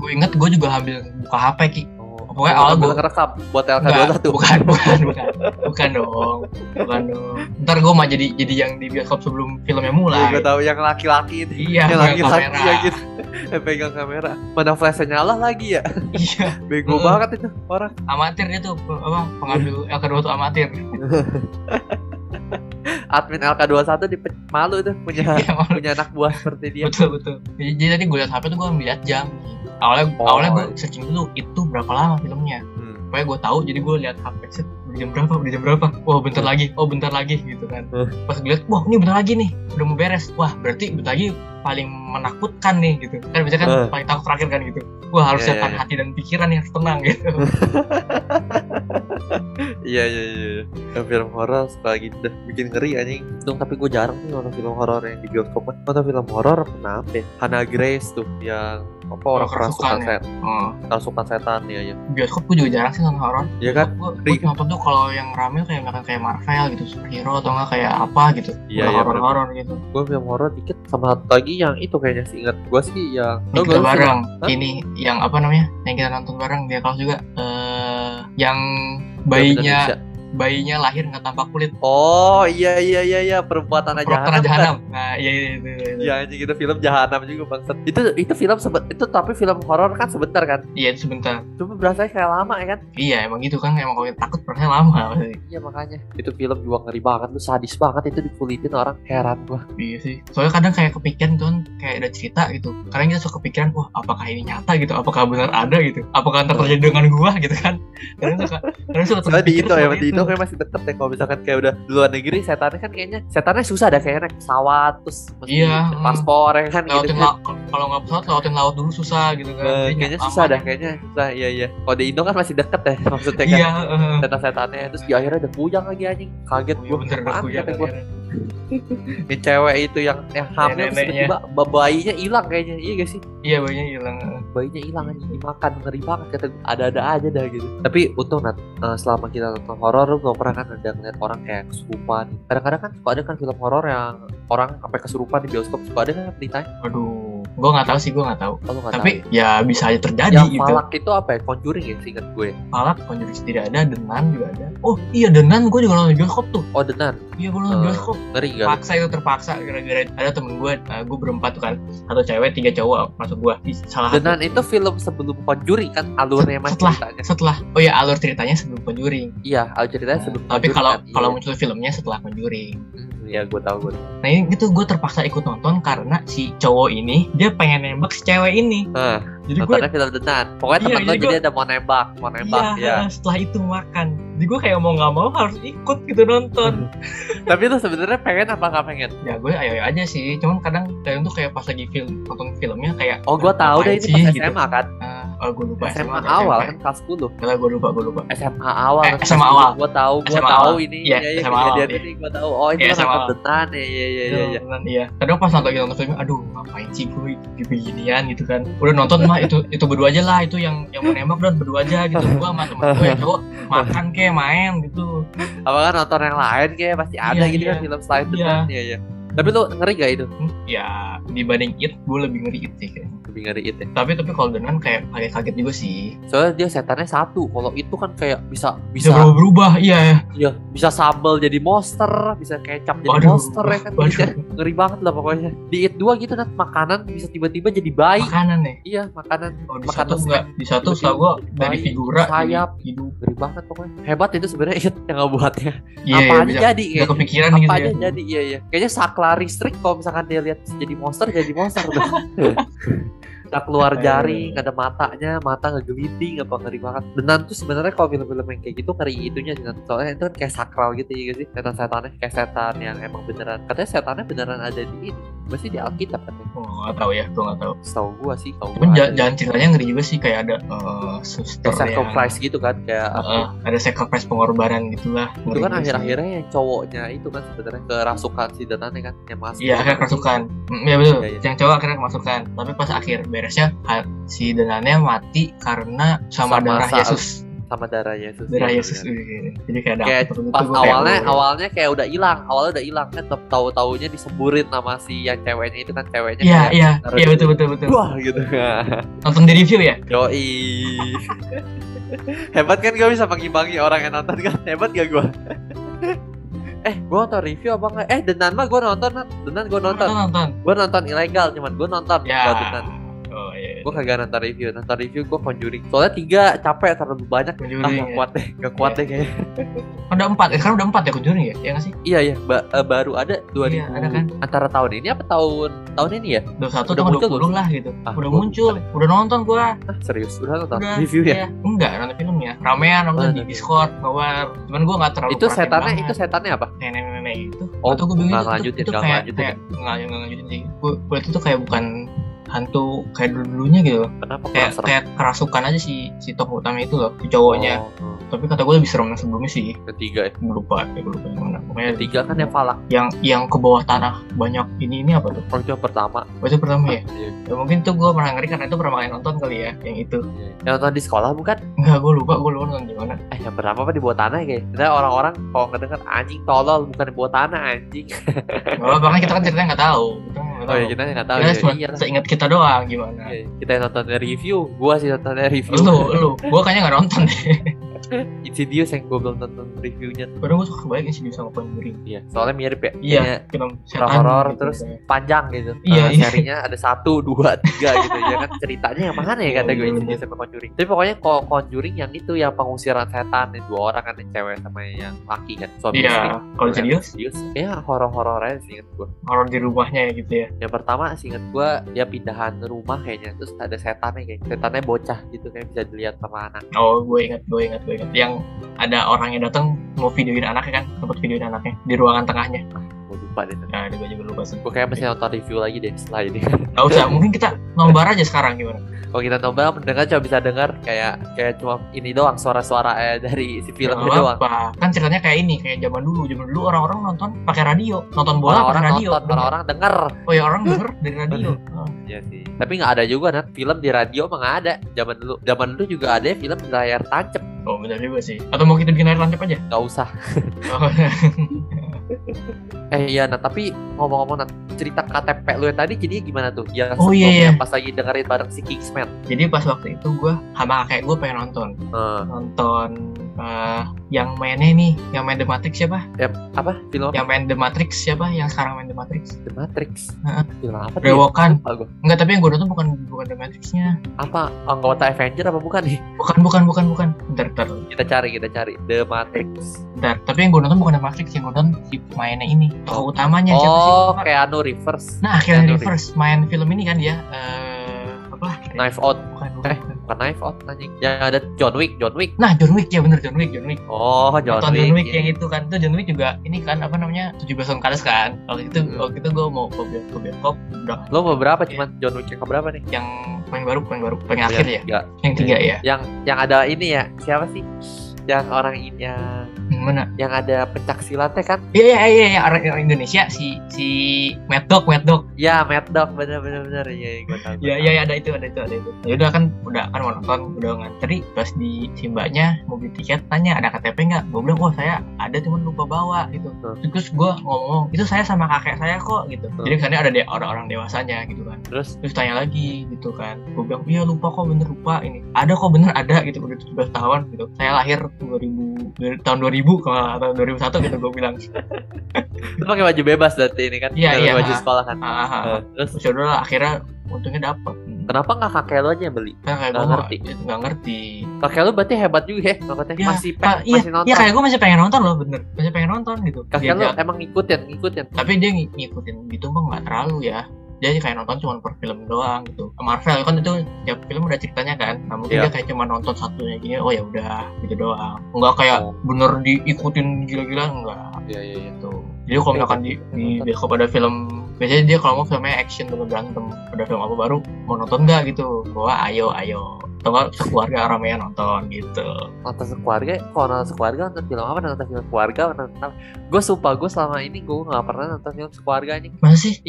Speaker 3: Gue inget gue juga ambil buka HP Ki.
Speaker 4: Oh,
Speaker 3: Pokoknya awal gua-
Speaker 4: ngerekam buat LK21
Speaker 3: Enggak, bukan, bukan, bukan, bukan dong, bukan dong. Ntar gue mah jadi jadi yang di bioskop sebelum filmnya mulai.
Speaker 4: Gue Iya, tahu yang laki-laki itu.
Speaker 3: Iya,
Speaker 4: yang
Speaker 3: pegang
Speaker 4: laki-laki
Speaker 3: kamera.
Speaker 4: yang gitu. Yang pegang kamera. Mana flashnya nyala lagi ya?
Speaker 3: Iya,
Speaker 4: Bego
Speaker 3: Mm.
Speaker 4: banget itu orang.
Speaker 3: amatir dia tuh, pe- apa
Speaker 4: Iya.
Speaker 3: pengambil LK2 tuh amatir.
Speaker 4: Admin LK21 di malu tuh punya
Speaker 3: Iya, malu.
Speaker 4: punya anak buah seperti dia.
Speaker 3: betul betul. Jadi, jadi tadi gue liat HP tuh gue ngeliat jam. Awalnya
Speaker 4: Oh.
Speaker 3: awalnya gue searching dulu itu berapa lama filmnya.
Speaker 4: Hmm.
Speaker 3: Pokoknya gue tahu, jadi gue liat HP set udah jam berapa, udah jam berapa. Wah bentar lagi, oh bentar lagi gitu kan.
Speaker 4: Hmm.
Speaker 3: Pas gue liat, wah ini bentar lagi nih, udah mau beres. Wah berarti bentar lagi paling menakutkan nih gitu. Kan biasanya kan
Speaker 4: Hmm.
Speaker 3: paling takut terakhir kan gitu. Wah harus
Speaker 4: Iya,
Speaker 3: siapkan
Speaker 4: iya, Hmm. iya.
Speaker 3: hati dan pikiran yang tenang gitu.
Speaker 4: Iya iya iya. Yang film horor suka gitu dah bikin ngeri anjing. Untung tapi gue jarang nih nonton film horor yang di bioskop. Nonton film horor kenapa? ya? Hannah Grace tuh yang apa orang kerasukan
Speaker 3: kerasukan ya?
Speaker 4: setan,
Speaker 3: Oh,
Speaker 4: kerasukan setan ya ya.
Speaker 3: bioskop gue juga jarang sih nonton horor.
Speaker 4: Iya kan?
Speaker 3: Gue
Speaker 4: Ri-
Speaker 3: nonton tuh kalau yang rame kayak makan kayak Marvel gitu, superhero atau enggak kayak apa gitu.
Speaker 4: Iya, iya,
Speaker 3: horor horor gitu.
Speaker 4: Gue film horor dikit sama satu lagi yang itu kayaknya sih ingat gue sih yang
Speaker 3: Ini kita
Speaker 4: Tau gak lu film-
Speaker 3: Gitu bareng.
Speaker 4: Oh, Hah?
Speaker 3: Ini yang apa namanya? Yang kita nonton bareng dia kalau juga eh yang
Speaker 4: Indonesia.
Speaker 3: bayinya bayinya lahir nggak tampak kulit
Speaker 4: Oh iya iya iya iya perbuatan aja.
Speaker 3: Prokter Jahanam. Nah, iya iya itu. itu.
Speaker 4: kan? Iya anjing itu film jahanam juga bangsat. Itu itu film sebet itu tapi film horor kan sebentar kan.
Speaker 3: Iya itu sebentar.
Speaker 4: Cuma berasanya kayak lama ya kan.
Speaker 3: Iya emang gitu kan emang kalau kita takut pernah lama pasti.
Speaker 4: Iya makanya. Itu film juga ngeri banget lu sadis banget itu dikulitin orang heran gua.
Speaker 3: Iya sih. Soalnya kadang kayak kepikiran tuh kayak ada cerita gitu. Kadang kita suka kepikiran, wah apakah ini nyata gitu? Apakah benar ada gitu? Apakah ntar terjadi dengan gua gitu kan? Kadang suka, kadang suka
Speaker 4: Iya. Soalnya di
Speaker 3: terpikir
Speaker 4: Indo ya,
Speaker 3: seperti
Speaker 4: di Indo kayak masih deket ya kalau misalkan kayak udah di luar negeri setannya kan kayaknya setannya susah dah kayaknya naik pesawat terus mesti
Speaker 3: Iya,
Speaker 4: paspor ya kan gitu.
Speaker 3: Lewatin
Speaker 4: kan.
Speaker 3: laut, kalau nggak pesawat lewatin laut dulu susah gitu kan?
Speaker 4: Eh,
Speaker 3: Jadi
Speaker 4: kayaknya
Speaker 3: nggak
Speaker 4: susah
Speaker 3: aman.
Speaker 4: dah kayaknya susah iya iya kalau di Indo kan masih deket ya maksudnya kan
Speaker 3: Iya, heeh.
Speaker 4: setan-setannya terus di akhirnya udah kuyang lagi anjing kaget
Speaker 3: Iya,
Speaker 4: gua
Speaker 3: bener dah
Speaker 4: apaan
Speaker 3: kuya
Speaker 4: kata
Speaker 3: kali
Speaker 4: gua.
Speaker 3: ya.
Speaker 4: Ini cewek itu yang yang hamil terus
Speaker 3: Neneknya.
Speaker 4: tiba-tiba ba- bayinya hilang kayaknya. Iya gak sih?
Speaker 3: Iya banyak hilang.
Speaker 4: Bayinya hilang aja
Speaker 3: Hmm.
Speaker 4: dimakan ngeri banget kata gua. ada-ada aja dah gitu. Tapi untung Nat, eh, selama kita nonton horor lu gak pernah kan ada ngeliat orang kayak kesurupan. Kadang-kadang kan suka ada kan film horor yang orang sampai kesurupan di bioskop suka ada kan beritanya.
Speaker 3: Aduh, gua nggak tahu sih, gua nggak tahu.
Speaker 4: Oh, lu gak
Speaker 3: Tapi ya bisa aja
Speaker 4: tahu.
Speaker 3: terjadi
Speaker 4: yang
Speaker 3: gitu.
Speaker 4: palak itu apa ya? Conjuring ya seingat gue.
Speaker 3: Palak, konjuris tidak ada, denan juga ada. Oh iya denan, gua juga nonton bioskop tuh.
Speaker 4: Oh, denan.
Speaker 3: Iya gua nonton
Speaker 4: Eh,
Speaker 3: bioskop.
Speaker 4: Ngeri gak?
Speaker 3: paksa itu terpaksa gara-gara ada temen gue gue berempat tuh kan satu cewek tiga cowok masuk gue di salah satu
Speaker 4: Denan itu film sebelum Conjuring kan alurnya masih
Speaker 3: Setelah.
Speaker 4: ceritanya.
Speaker 3: setelah oh ya alur ceritanya sebelum Conjuring
Speaker 4: Iya, alur ceritanya sebelum
Speaker 3: tapi
Speaker 4: Conjuring
Speaker 3: kalau
Speaker 4: kan.
Speaker 3: kalau
Speaker 4: Iya.
Speaker 3: muncul filmnya setelah Conjuring
Speaker 4: Hmm, ya gue tahu gue
Speaker 3: Nah ini gitu gue terpaksa ikut nonton karena si cowok ini dia pengen nembak si cewek ini.
Speaker 4: Nah,
Speaker 3: Jadi gue
Speaker 4: nontonnya film denan pokoknya
Speaker 3: Iya,
Speaker 4: teman lo
Speaker 3: jadi
Speaker 4: jadi
Speaker 3: gua-
Speaker 4: ada mau nembak mau nembak ya
Speaker 3: iya, setelah itu makan. Jadi gue kayak mau nggak mau harus ikut gitu nonton.
Speaker 4: tapi lu sebenarnya pengen apa nggak pengen
Speaker 3: ya gue ayo aja sih. Cuman kadang kadang tuh kayak pas lagi film nonton filmnya kayak
Speaker 4: oh gue tahu deh
Speaker 3: Apaan
Speaker 4: ini
Speaker 3: sih,
Speaker 4: pas
Speaker 3: gitu. ya?
Speaker 4: SMA kan
Speaker 3: ah, oh, gue lupa
Speaker 4: SMA,
Speaker 3: atau
Speaker 4: awal
Speaker 3: SMP.
Speaker 4: kan kelas 10
Speaker 3: Kalau gue lupa gue lupa.
Speaker 4: SMA awal
Speaker 3: Eh, SMA awal.
Speaker 4: gue tahu gue
Speaker 3: SMA
Speaker 4: tahu
Speaker 3: awal.
Speaker 4: ini
Speaker 3: Iya, SMA awal,
Speaker 4: kejadian
Speaker 3: iya.
Speaker 4: ini gue tahu oh ini
Speaker 3: Iya,
Speaker 4: kan
Speaker 3: SMA
Speaker 4: nonton
Speaker 3: awal.
Speaker 4: denan ya ya ya ya, ya.
Speaker 3: Jalanan, iya. Kadang pas lagi nonton filmnya, aduh ngapain sih gue di beginian gitu kan. Udah nonton mah itu itu berdua aja lah, itu yang yang mau nembak dan berdua aja gitu. Gua sama temen gue yang cowok makan kayak main gitu.
Speaker 4: apa kan nonton yang lain kayak pasti ada
Speaker 3: Iya,
Speaker 4: gitu kan
Speaker 3: iya.
Speaker 4: film selain
Speaker 3: Iya.
Speaker 4: denan ya ya tapi lu ngeri gak itu
Speaker 3: Hmm, Ya dibanding it, gue lebih ngeri it sih. kayaknya.
Speaker 4: lebih ngeri itu ya.
Speaker 3: Tapi tapi kalau dengan kayak kaget kaget juga sih.
Speaker 4: soalnya dia setannya satu kalau itu kan kayak bisa
Speaker 3: Bisa
Speaker 4: bisa
Speaker 3: berubah berubah, iya. ya.
Speaker 4: ya bisa sambal jadi monster bisa kecap jadi
Speaker 3: Waduh,
Speaker 4: monster ya kan
Speaker 3: waduh.
Speaker 4: Jadi kayak ngeri banget lah pokoknya di it dua gitu kan makanan bisa tiba-tiba jadi bayi
Speaker 3: Makanan nih.
Speaker 4: iya makanan
Speaker 3: Oh, di
Speaker 4: Makan
Speaker 3: satu
Speaker 4: terus
Speaker 3: enggak, di satu
Speaker 4: tiba-tiba
Speaker 3: setahu gue
Speaker 4: jadi
Speaker 3: dari
Speaker 4: bayi,
Speaker 3: figura gitu. jadi
Speaker 4: sayap.
Speaker 3: hidup.
Speaker 4: ngeri banget pokoknya hebat itu sebenarnya it yang ngebuatnya
Speaker 3: Iya,
Speaker 4: apa
Speaker 3: iya,
Speaker 4: aja
Speaker 3: bisa.
Speaker 4: jadi
Speaker 3: Udah
Speaker 4: kayaknya.
Speaker 3: kepikiran
Speaker 4: apa
Speaker 3: gitu
Speaker 4: aja
Speaker 3: ya.
Speaker 4: jadi iya iya kayaknya saklar listrik kalau misalkan dia lihat bisa jadi monster jadi monster dah. Nggak keluar
Speaker 3: Iya,
Speaker 4: jari nggak ada matanya mata ngegeliting apa ngeri banget Denan tuh sebenarnya kalau film-film yang kayak gitu ngeri itunya Denan soalnya itu kan kayak sakral gitu ya nggak sih setan-setannya kayak setan yang emang beneran katanya setannya beneran ada di ini pasti di Alkitab katanya
Speaker 3: Oh, nggak tahu ya, gue nggak tahu.
Speaker 4: setahu gua sih kalau
Speaker 3: Cuman ja- jalan ceritanya ngeri juga sih kayak ada eh, suster
Speaker 4: kayak sacrifice gitu kan kayak
Speaker 3: ya. Heeh, ada sacrifice pengorbanan gitu gitulah.
Speaker 4: itu kan akhir-akhirnya yang cowoknya itu kan sebenarnya kerasukan si Denan ya kan yang masuk
Speaker 3: Iya, akhirnya kerasukan. Mm, Iya betul.
Speaker 4: Iya, iya.
Speaker 3: Yang cowok akhirnya kemasukan. Tapi pas akhir beresnya ha- si Denannya mati karena sama,
Speaker 4: Sama
Speaker 3: darah
Speaker 4: saat-
Speaker 3: Yesus.
Speaker 4: sama darah Yesus
Speaker 3: Darah
Speaker 4: Iya,
Speaker 3: Yesus.
Speaker 4: iya.
Speaker 3: Wih, Jadi kayak ada
Speaker 4: Kayak
Speaker 3: after gitu,
Speaker 4: pas
Speaker 3: gua kayak,
Speaker 4: awalnya
Speaker 3: "Oh."
Speaker 4: awalnya kayak udah hilang awalnya udah hilang kan tetap tahu taunya disemburin sama si yang ceweknya itu kan ceweknya
Speaker 3: Iya,
Speaker 4: kayak
Speaker 3: iya.
Speaker 4: darah
Speaker 3: Iya
Speaker 4: Yesus.
Speaker 3: betul betul betul.
Speaker 4: wah gitu
Speaker 3: Nonton di review ya?
Speaker 4: yoi hebat kan gue bisa mengimbangi orang yang nonton kan hebat gak gue eh gue nonton review apa enggak eh denan mah gue nonton Nat. denan gue nonton
Speaker 3: Nonton nonton.
Speaker 4: gue nonton ilegal cuman gue nonton
Speaker 3: Ya.
Speaker 4: buat denan
Speaker 3: Oh iya.
Speaker 4: gue kagak nonton review nonton review gue conjuring soalnya tiga capek terlalu banyak ah
Speaker 3: Conjuring.
Speaker 4: gak kuat deh gak kuat
Speaker 3: Hmm, Iya.
Speaker 4: deh kayaknya
Speaker 3: Ada empat, eh, sekarang udah empat ya Conjuring ya? Ya nggak sih?
Speaker 4: Iya ya, ba- eh, baru ada 2000
Speaker 3: Iya, ada kan?
Speaker 4: antara tahun ini apa tahun tahun ini ya?
Speaker 3: Dua satu atau
Speaker 4: Udah muncul
Speaker 3: dua
Speaker 4: belum
Speaker 3: puluh
Speaker 4: sih?
Speaker 3: lah gitu.
Speaker 4: Ah,
Speaker 3: udah
Speaker 4: gua-
Speaker 3: muncul, udah nonton gua.
Speaker 4: Ah, serius, udah nonton
Speaker 3: Udah,
Speaker 4: review ya?
Speaker 3: iya. Enggak, nonton film ya. Ramean nonton di
Speaker 4: Nonton.
Speaker 3: Discord, keluar. Cuman gua enggak terlalu
Speaker 4: Itu setannya itu setannya apa?
Speaker 3: kayak nenek-nenek gitu.
Speaker 4: Oh,
Speaker 3: Atau gua bingung
Speaker 4: nggak
Speaker 3: itu-
Speaker 4: lanjutin,
Speaker 3: itu
Speaker 4: nggak
Speaker 3: kayak
Speaker 4: lanjutin. ya?
Speaker 3: kayak nggak nggak lanjutin sih. Gua gua itu tuh kayak bukan hantu kayak dulu-dulunya gitu loh.
Speaker 4: Kenapa
Speaker 3: Kayak
Speaker 4: kurang serem?
Speaker 3: kayak kerasukan aja si si tokoh utama itu loh, si cowoknya.
Speaker 4: Oh, hmm.
Speaker 3: Tapi kata gua lebih serem yang sebelumnya sih.
Speaker 4: Ketiga ya.
Speaker 3: Gua lupa, ya, gua lupa yang mana. Pokoknya
Speaker 4: Ketiga kan yang falak.
Speaker 3: yang yang ke bawah tanah banyak ini ini apa tuh?
Speaker 4: Oh, itu yang pertama.
Speaker 3: Oh, itu pertama ya?
Speaker 4: Iya.
Speaker 3: ya? mungkin tuh gua pernah ngeri karena itu pernah kali nonton kali ya, yang itu.
Speaker 4: Iya. Yang nonton di sekolah bukan?
Speaker 3: Enggak, gua lupa gua lupa nonton di mana.
Speaker 4: Eh, yang pertama apa di bawah tanah ya, kayak. Nah, orang-orang kalau ngedenger anjing tolol bukan di bawah tanah anjing.
Speaker 3: Kalau bahkan kita kan ceritanya nggak tahu. Kita nggak
Speaker 4: Oh
Speaker 3: tahu.
Speaker 4: ya kita nggak tahu.
Speaker 3: Kita
Speaker 4: ya.
Speaker 3: cuma
Speaker 4: Iya lah.
Speaker 3: seingat kita doang gimana.
Speaker 4: Iya, Kita yang nonton review, gua sih nontonnya review.
Speaker 3: Lu, lu, gua kayaknya nggak nonton deh.
Speaker 4: Insidious yang gua belum nonton reviewnya. tuh.
Speaker 3: Baru gua suka banget sih sama Conjuring.
Speaker 4: Iya, soalnya mirip ya.
Speaker 3: Iya.
Speaker 4: Kayaknya
Speaker 3: Film
Speaker 4: Horor-horor
Speaker 3: gitu
Speaker 4: terus
Speaker 3: kayak.
Speaker 4: panjang gitu.
Speaker 3: Iya,
Speaker 4: Eh,
Speaker 3: iya.
Speaker 4: Serinya ada satu, dua, tiga gitu. Ya kan ceritanya yang mana ya kata gue
Speaker 3: Iya,
Speaker 4: ini
Speaker 3: iya.
Speaker 4: sama Conjuring. Tapi pokoknya kalau Conjuring yang itu yang pengusiran setan yang dua orang kan yang cewek sama yang laki kan suami
Speaker 3: Iya.
Speaker 4: istri.
Speaker 3: Kalau serius,
Speaker 4: serius. Ya horor-horornya sih inget gue.
Speaker 3: horor di rumahnya ya gitu ya.
Speaker 4: Yang pertama sih inget gue dia pindahan rumah kayaknya terus ada setannya kayak setannya bocah gitu kayak bisa dilihat sama anak.
Speaker 3: Oh, gue ingat, gue ingat, gue ingat. Yang ada orang yang datang mau videoin anaknya kan, sempat videoin anaknya di ruangan tengahnya.
Speaker 4: Gue lupa deh.
Speaker 3: Nah, ada gue juga lupa sih.
Speaker 4: Gue kayak mesti nonton review lagi deh setelah ini.
Speaker 3: Gak usah, mungkin kita nombar aja sekarang gimana?
Speaker 4: Kalau kita nonton pendengar cuma bisa dengar kayak kayak cuma ini doang suara-suara eh, dari si
Speaker 3: Gak
Speaker 4: filmnya doang.
Speaker 3: apa-apa. Kan ceritanya kayak ini, kayak zaman dulu. Zaman dulu orang-orang nonton pakai radio, nonton bola pakai
Speaker 4: orang-orang
Speaker 3: radio.
Speaker 4: nonton, orang-orang denger.
Speaker 3: Oh ya orang denger dari radio. Oh.
Speaker 4: Iya sih. Tapi nggak ada juga nat film di radio mah nggak ada. Zaman dulu, zaman dulu juga ada ya film di layar tancep.
Speaker 3: Oh benar juga sih. Atau mau kita bikin air tancap aja?
Speaker 4: Nggak usah.
Speaker 3: Oh,
Speaker 4: Eh iya nat. Tapi ngomong-ngomong nat, cerita KTP lu yang tadi jadi gimana tuh? Yang
Speaker 3: Oh, iya,
Speaker 4: sebelumnya
Speaker 3: iya.
Speaker 4: Pas lagi dengerin bareng si Kingsman.
Speaker 3: Jadi pas waktu itu gue sama kakek gue pengen nonton,
Speaker 4: Heeh.
Speaker 3: nonton eh, yang mainnya nih yang main The Matrix siapa
Speaker 4: Ya, apa? Film apa?
Speaker 3: yang main The Matrix siapa yang sekarang main The Matrix
Speaker 4: The Matrix.
Speaker 3: Heeh.
Speaker 4: Film apa? tuh ya?
Speaker 3: Brewokan
Speaker 4: Lupa gua.
Speaker 3: enggak tapi yang gue nonton bukan bukan The Matrixnya
Speaker 4: Apa anggota Avenger apa bukan nih?
Speaker 3: bukan bukan bukan bukan bentar bentar
Speaker 4: Kita cari, kita cari. The Matrix.
Speaker 3: bentar tapi yang gue nonton bukan The Matrix yang gue nonton si pemainnya ini tokoh utamanya siapa sih
Speaker 4: Oh,
Speaker 3: Lupa.
Speaker 4: Keanu Reverse.
Speaker 3: nah akhirnya
Speaker 4: Keanu
Speaker 3: reverse main film ini kan dia eh apa
Speaker 4: Knife Out.
Speaker 3: bukan,
Speaker 4: Eh.
Speaker 3: bukan.
Speaker 4: Bukan Knife Out anjing. Yang ada John Wick, John Wick.
Speaker 3: nah John Wick ya bener John Wick John Wick
Speaker 4: Oh, John
Speaker 3: Nonton
Speaker 4: Wick.
Speaker 3: John Wick yang itu kan itu John Wick juga ini kan apa namanya 17 tahun ke atas kan waktu itu
Speaker 4: Hmm.
Speaker 3: waktu itu gue mau ke Biak- ke Bioskop udah
Speaker 4: Lo mau berapa Iya. cuman John Wick yang keberapa nih?
Speaker 3: yang paling baru paling baru paling akhir ya
Speaker 4: Tiga.
Speaker 3: yang tiga ya
Speaker 4: Yang yang ada ini ya. Siapa sih? Yang orang ini yang,
Speaker 3: yang mana
Speaker 4: yang ada pencak silatnya kan?
Speaker 3: iya iya iya iya, orang, orang Indonesia si si Mad Dog Mad Dog
Speaker 4: Ya, Mad Dog bener bener bener ya, gue tahu.
Speaker 3: ya iya iya, ada itu ada itu ada itu ya udah kan udah kan mau nonton udah ngantri pas di si mbaknya mau beli tiket tanya ada KTP nggak gue bilang oh saya ada cuman lupa bawa gitu
Speaker 4: Hmm.
Speaker 3: terus gue ngomong itu saya sama kakek saya kok gitu
Speaker 4: Hmm.
Speaker 3: jadi kesannya ada de- orang-orang dewasanya gitu kan
Speaker 4: Terus
Speaker 3: terus tanya lagi gitu kan gue bilang iya lupa kok bener lupa ini ada kok bener ada gitu udah 17 tahun gitu saya lahir 2000 dari tahun 2000 kalau nggak tahun 2001 gitu gue bilang
Speaker 4: lu pakai baju bebas berarti ini kan?
Speaker 3: Iya,
Speaker 4: Pakai
Speaker 3: iya,
Speaker 4: Baju
Speaker 3: ha.
Speaker 4: sekolah kan.
Speaker 3: ah, ah, ah.
Speaker 4: Nah, Terus
Speaker 3: terus yaudah lah akhirnya untungnya dapet
Speaker 4: kenapa nggak kakek lo aja yang beli?
Speaker 3: kan kayak gue
Speaker 4: Nggak
Speaker 3: nggak
Speaker 4: ngerti.
Speaker 3: nggak ngerti
Speaker 4: Kakek lo berarti hebat juga ya, maksudnya
Speaker 3: Ya,
Speaker 4: masih pe-
Speaker 3: ah, iya,
Speaker 4: masih nonton.
Speaker 3: Iya kayak gue masih pengen nonton loh bener Masih pengen nonton gitu
Speaker 4: kakek
Speaker 3: Dia
Speaker 4: lo
Speaker 3: jalan-
Speaker 4: emang ngikutin, ngikutin.
Speaker 3: Tapi dia ng- ngikutin gitu mah nggak terlalu ya Dia aja kayak nonton cuma per film doang gitu Marvel kan itu tiap film udah ceritanya kan Nah mungkin
Speaker 4: Iya.
Speaker 3: dia kayak cuma nonton satunya gini Oh ya udah gitu doang Nggak kayak
Speaker 4: Oh.
Speaker 3: bener diikutin gila-gila Nggak
Speaker 4: Iya iya iya.
Speaker 3: gitu Jadi kalau misalkan di, di bioskop ada film Biasanya dia kalau mau filmnya action dengan berantem Ada film apa baru mau nonton nggak gitu Bahwa ayo ayo Atau nggak sekeluarga ramai nonton gitu
Speaker 4: Nonton sekeluarga, kalau nonton sekeluarga nonton film apa? Nonton film keluarga, nonton. Gue sumpah gue selama ini gue nggak pernah nonton film sekeluarga anjing.
Speaker 3: Masa sih?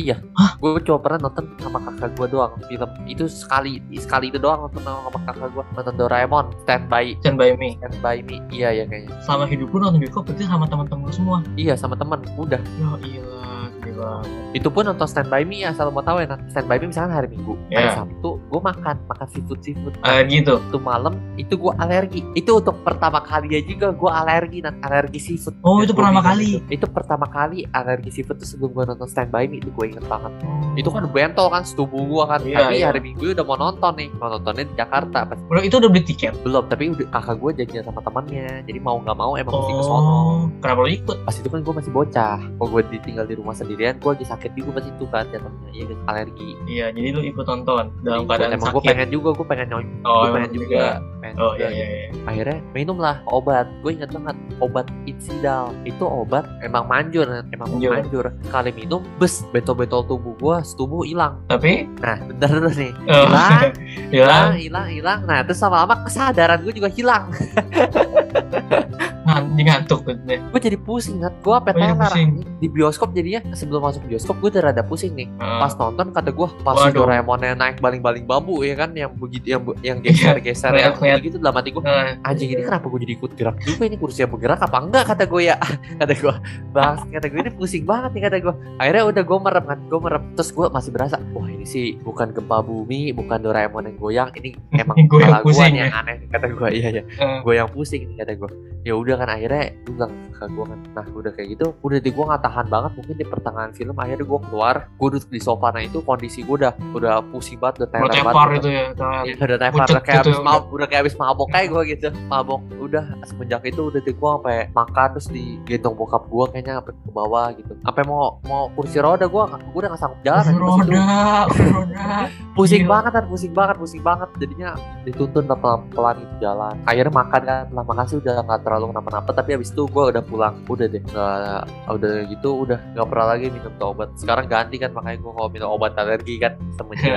Speaker 4: Gue cuma pernah nonton sama kakak gue doang film itu sekali sekali itu doang nonton sama sama kakak gue nonton Doraemon Stand By
Speaker 3: Stand by me
Speaker 4: Stand By Me iya ya kayaknya
Speaker 3: selama hidup lu nonton bioskop berarti sama teman-teman lu semua
Speaker 4: iya sama teman udah
Speaker 3: ya iyalah gila
Speaker 4: itu pun nonton Stand By Me asal lo mau tahu ya nah, Stand By Me misalkan hari Minggu hari
Speaker 3: Iya.
Speaker 4: Sabtu gue makan makan seafood seafood
Speaker 3: Eh, gitu
Speaker 4: itu malam itu gue alergi itu untuk pertama kali aja juga gue alergi dan alergi seafood
Speaker 3: Oh,
Speaker 4: Dan
Speaker 3: itu
Speaker 4: gua
Speaker 3: pertama
Speaker 4: bingung
Speaker 3: kali?
Speaker 4: itu. itu pertama kali alergi seafood tuh sebelum gue nonton Stand By Me itu gue inget banget
Speaker 3: Oh.
Speaker 4: itu kan bentol kan setubuh gue kan
Speaker 3: Iya,
Speaker 4: tapi
Speaker 3: iya.
Speaker 4: hari minggu udah mau nonton nih mau nontonnya di Jakarta pas
Speaker 3: udah itu udah beli tiket
Speaker 4: belum tapi udah kakak gue janjian sama temannya jadi mau nggak mau emang mesti ke sono
Speaker 3: oh kenapa lu ikut
Speaker 4: pas itu kan gue masih bocah kalau gue ditinggal di rumah sendirian gue lagi sakit juga pasti itu kan jatuhnya iya kan, alergi
Speaker 3: iya jadi lu ikut nonton
Speaker 4: Jadi
Speaker 3: dalam
Speaker 4: gua-
Speaker 3: keadaan
Speaker 4: emang
Speaker 3: sakit
Speaker 4: gue pengen juga gue pengen nyoy
Speaker 3: oh
Speaker 4: gue pengen
Speaker 3: emang
Speaker 4: juga pengen
Speaker 3: oh
Speaker 4: juga
Speaker 3: iya iya iya
Speaker 4: akhirnya minumlah obat gue ingat banget obat insidal itu obat emang manjur emang
Speaker 3: Manjur.
Speaker 4: manjur, sekali minum bes bentol-bentol tubuh gue setubuh hilang
Speaker 3: tapi
Speaker 4: nah bentar dulu nih
Speaker 3: eh,
Speaker 4: hilang hilang
Speaker 3: ya
Speaker 4: hilang hilang nah terus lama-lama kesadaran gue juga hilang
Speaker 3: ngan- dia ngantuk gitu deh
Speaker 4: gue jadi pusing kan gue apa
Speaker 3: Oh, jadi pusing.
Speaker 4: di bioskop jadinya sebelum masuk bioskop gue udah rada pusing nih
Speaker 3: Eh,
Speaker 4: pas nonton kata gue pas si
Speaker 3: Waduh.
Speaker 4: Doraemonnya naik baling-baling bambu ya kan yang begitu yang yang geser-geser
Speaker 3: Iya,
Speaker 4: yang
Speaker 3: kelihatan.
Speaker 4: gitu dalam hati gue
Speaker 3: eh,
Speaker 4: anjing ini kenapa gue jadi ikut gerak juga ini kursi yang bergerak apa enggak kata gue ya kata gue bang kata gue ini pusing banget nih kata gue akhirnya udah gue merem kan gue merem terus gue masih berasa wah ini sih bukan gempa bumi bukan Doraemon yang goyang ini emang
Speaker 3: Gue yang
Speaker 4: kepala gue
Speaker 3: pusing,
Speaker 4: nih yang aneh kata gue iya iya
Speaker 3: Eh.
Speaker 4: gue yang pusing nih kata gue ya udah kan akhirnya gue bilang ke gue kan nah udah kayak gitu udah di gue nggak tahan banget mungkin di pertengahan film akhirnya gue keluar gue duduk di sofa nah itu kondisi gue udah udah pusing banget udah
Speaker 3: mau
Speaker 4: tenar
Speaker 3: tepar
Speaker 4: banget
Speaker 3: itu ya kan.
Speaker 4: Iya, udah tepar
Speaker 3: Pucet
Speaker 4: udah kayak
Speaker 3: gitu,
Speaker 4: habis mabok, udah kayak habis mabok kayak gue gitu. Mabok udah semenjak itu udah tuh gue sampai makan terus digendong bokap gue kayaknya sampai ke bawah gitu. Sampai mau mau kursi roda gue gue udah gak sanggup jalan.
Speaker 3: Kursi
Speaker 4: anjing, pas itu.
Speaker 3: roda iya. kursi roda
Speaker 4: Pusing
Speaker 3: Gila.
Speaker 4: banget kan, pusing banget, pusing banget. Jadinya dituntun lah pelan-pelan gitu jalan. Akhirnya makan kan, lah makan sih udah gak terlalu kenapa-napa. Tapi abis itu gue udah pulang, udah deh. Gak, udah gitu, udah gak pernah lagi minum tuh obat. Sekarang ganti kan, makanya gue kalau minum obat alergi kan semenjak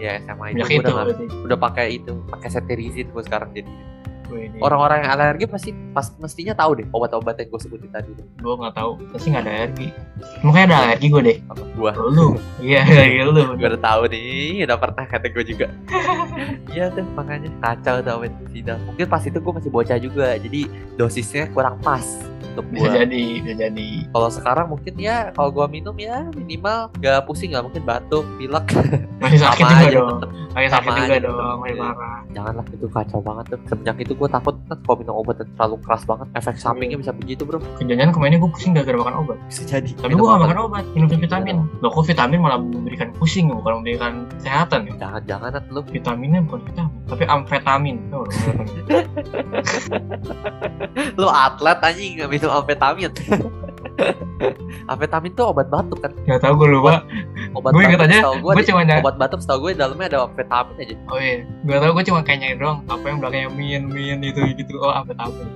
Speaker 4: ya SMA
Speaker 3: Eh, banyak
Speaker 4: itu gue
Speaker 3: Iya. itu
Speaker 4: udah gak
Speaker 3: berarti
Speaker 4: udah pakai itu pakai setirizin gue sekarang jadi
Speaker 3: Gue ini-
Speaker 4: orang-orang yang alergi pasti pas mestinya tahu deh obat-obat yang gue sebutin tadi itu
Speaker 3: gue nggak tahu pasti nggak ada alergi makanya ada alergi gue deh
Speaker 4: apa gue
Speaker 3: lu iya alergi lu
Speaker 4: gue udah tahu nih udah pernah kata gue juga iya tuh makanya kacau tuh obat tidak mungkin pas itu gue masih bocah juga jadi dosisnya kurang pas untuk
Speaker 3: bisa
Speaker 4: gua
Speaker 3: jadi bisa jadi
Speaker 4: kalau sekarang mungkin ya kalau gua minum ya minimal gak pusing lah mungkin batuk pilek
Speaker 3: masih sakit
Speaker 4: sama
Speaker 3: juga
Speaker 4: aja
Speaker 3: dong
Speaker 4: tetep.
Speaker 3: masih sakit
Speaker 4: Sama
Speaker 3: juga
Speaker 4: aja
Speaker 3: dong
Speaker 4: tetep.
Speaker 3: masih parah
Speaker 4: janganlah itu kacau banget tuh semenjak itu gua takut kan kalau minum obat yang terlalu keras banget efek sampingnya bisa begitu bro
Speaker 3: kejadian kemarin gue pusing gara-gara makan obat
Speaker 4: Iya. bisa jadi
Speaker 3: tapi gue gak makan obat
Speaker 4: Iya.
Speaker 3: minum vitamin loh kok vitamin malah memberikan pusing bukan memberikan kesehatan ya
Speaker 4: jangan-jangan Nat, lu
Speaker 3: vitaminnya bukan vitamin tapi amfetamin Tau gak lu?
Speaker 4: lu atlet anjing nggak minum amfetamin amfetamin tuh obat batuk kan
Speaker 3: Gak tau gue lupa
Speaker 4: obat
Speaker 3: Gua inget
Speaker 4: batuk
Speaker 3: aja,
Speaker 4: setahu gua
Speaker 3: gue
Speaker 4: di-
Speaker 3: cuma nyari
Speaker 4: obat batuk setahu gue dalamnya ada amfetamin aja
Speaker 3: oh iya gue tau gue cuma kayak nyari doang apa yang belakangnya min min gitu gitu oh amfetamin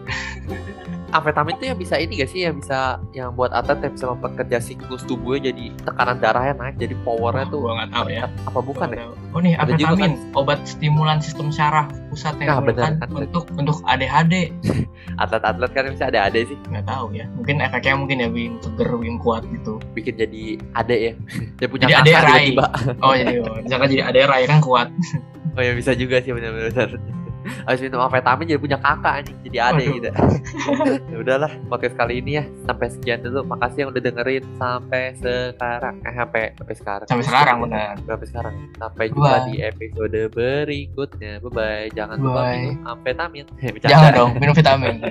Speaker 4: amfetamin tuh yang bisa ini gak sih yang bisa yang buat atlet yang bisa memperkerja siklus tubuhnya jadi tekanan darahnya naik jadi powernya tuh
Speaker 3: gue gak tau ya
Speaker 4: apa bukan ya
Speaker 3: Oh nih,
Speaker 4: Ada juga
Speaker 3: amfetamin, obat stimulan sistem syaraf pusat
Speaker 4: Nah,
Speaker 3: yang digunakan
Speaker 4: benar, kan.
Speaker 3: untuk untuk ADHD.
Speaker 4: atlet-atlet kan bisa ada ada sih
Speaker 3: Nggak tahu ya. Mungkin efeknya mungkin ya bikin seger, bikin kuat gitu.
Speaker 4: bikin jadi ade ya dia punya
Speaker 3: Jadi ade
Speaker 4: kakak
Speaker 3: Rai.
Speaker 4: tiba-tiba.
Speaker 3: Oh jadi oh, misalkan jadi ADR ya kan kuat.
Speaker 4: Oh ya bisa juga sih benar-benar. Habis minum amfetamin jadi punya kakak anjing, jadi adik
Speaker 3: Waduh.
Speaker 4: gitu. ya udahlah, podcast kali ini ya sampai sekian dulu. Makasih yang udah dengerin sampai sekarang. Eh sampai sampai sekarang.
Speaker 3: Sampai sekarang benar.
Speaker 4: Sampai sekarang. Sampai jumpa
Speaker 3: Bye.
Speaker 4: di episode berikutnya. Bye bye. Jangan lupa
Speaker 3: Bye.
Speaker 4: minum amfetamin. Bercanda.
Speaker 3: Jangan dong minum vitamin.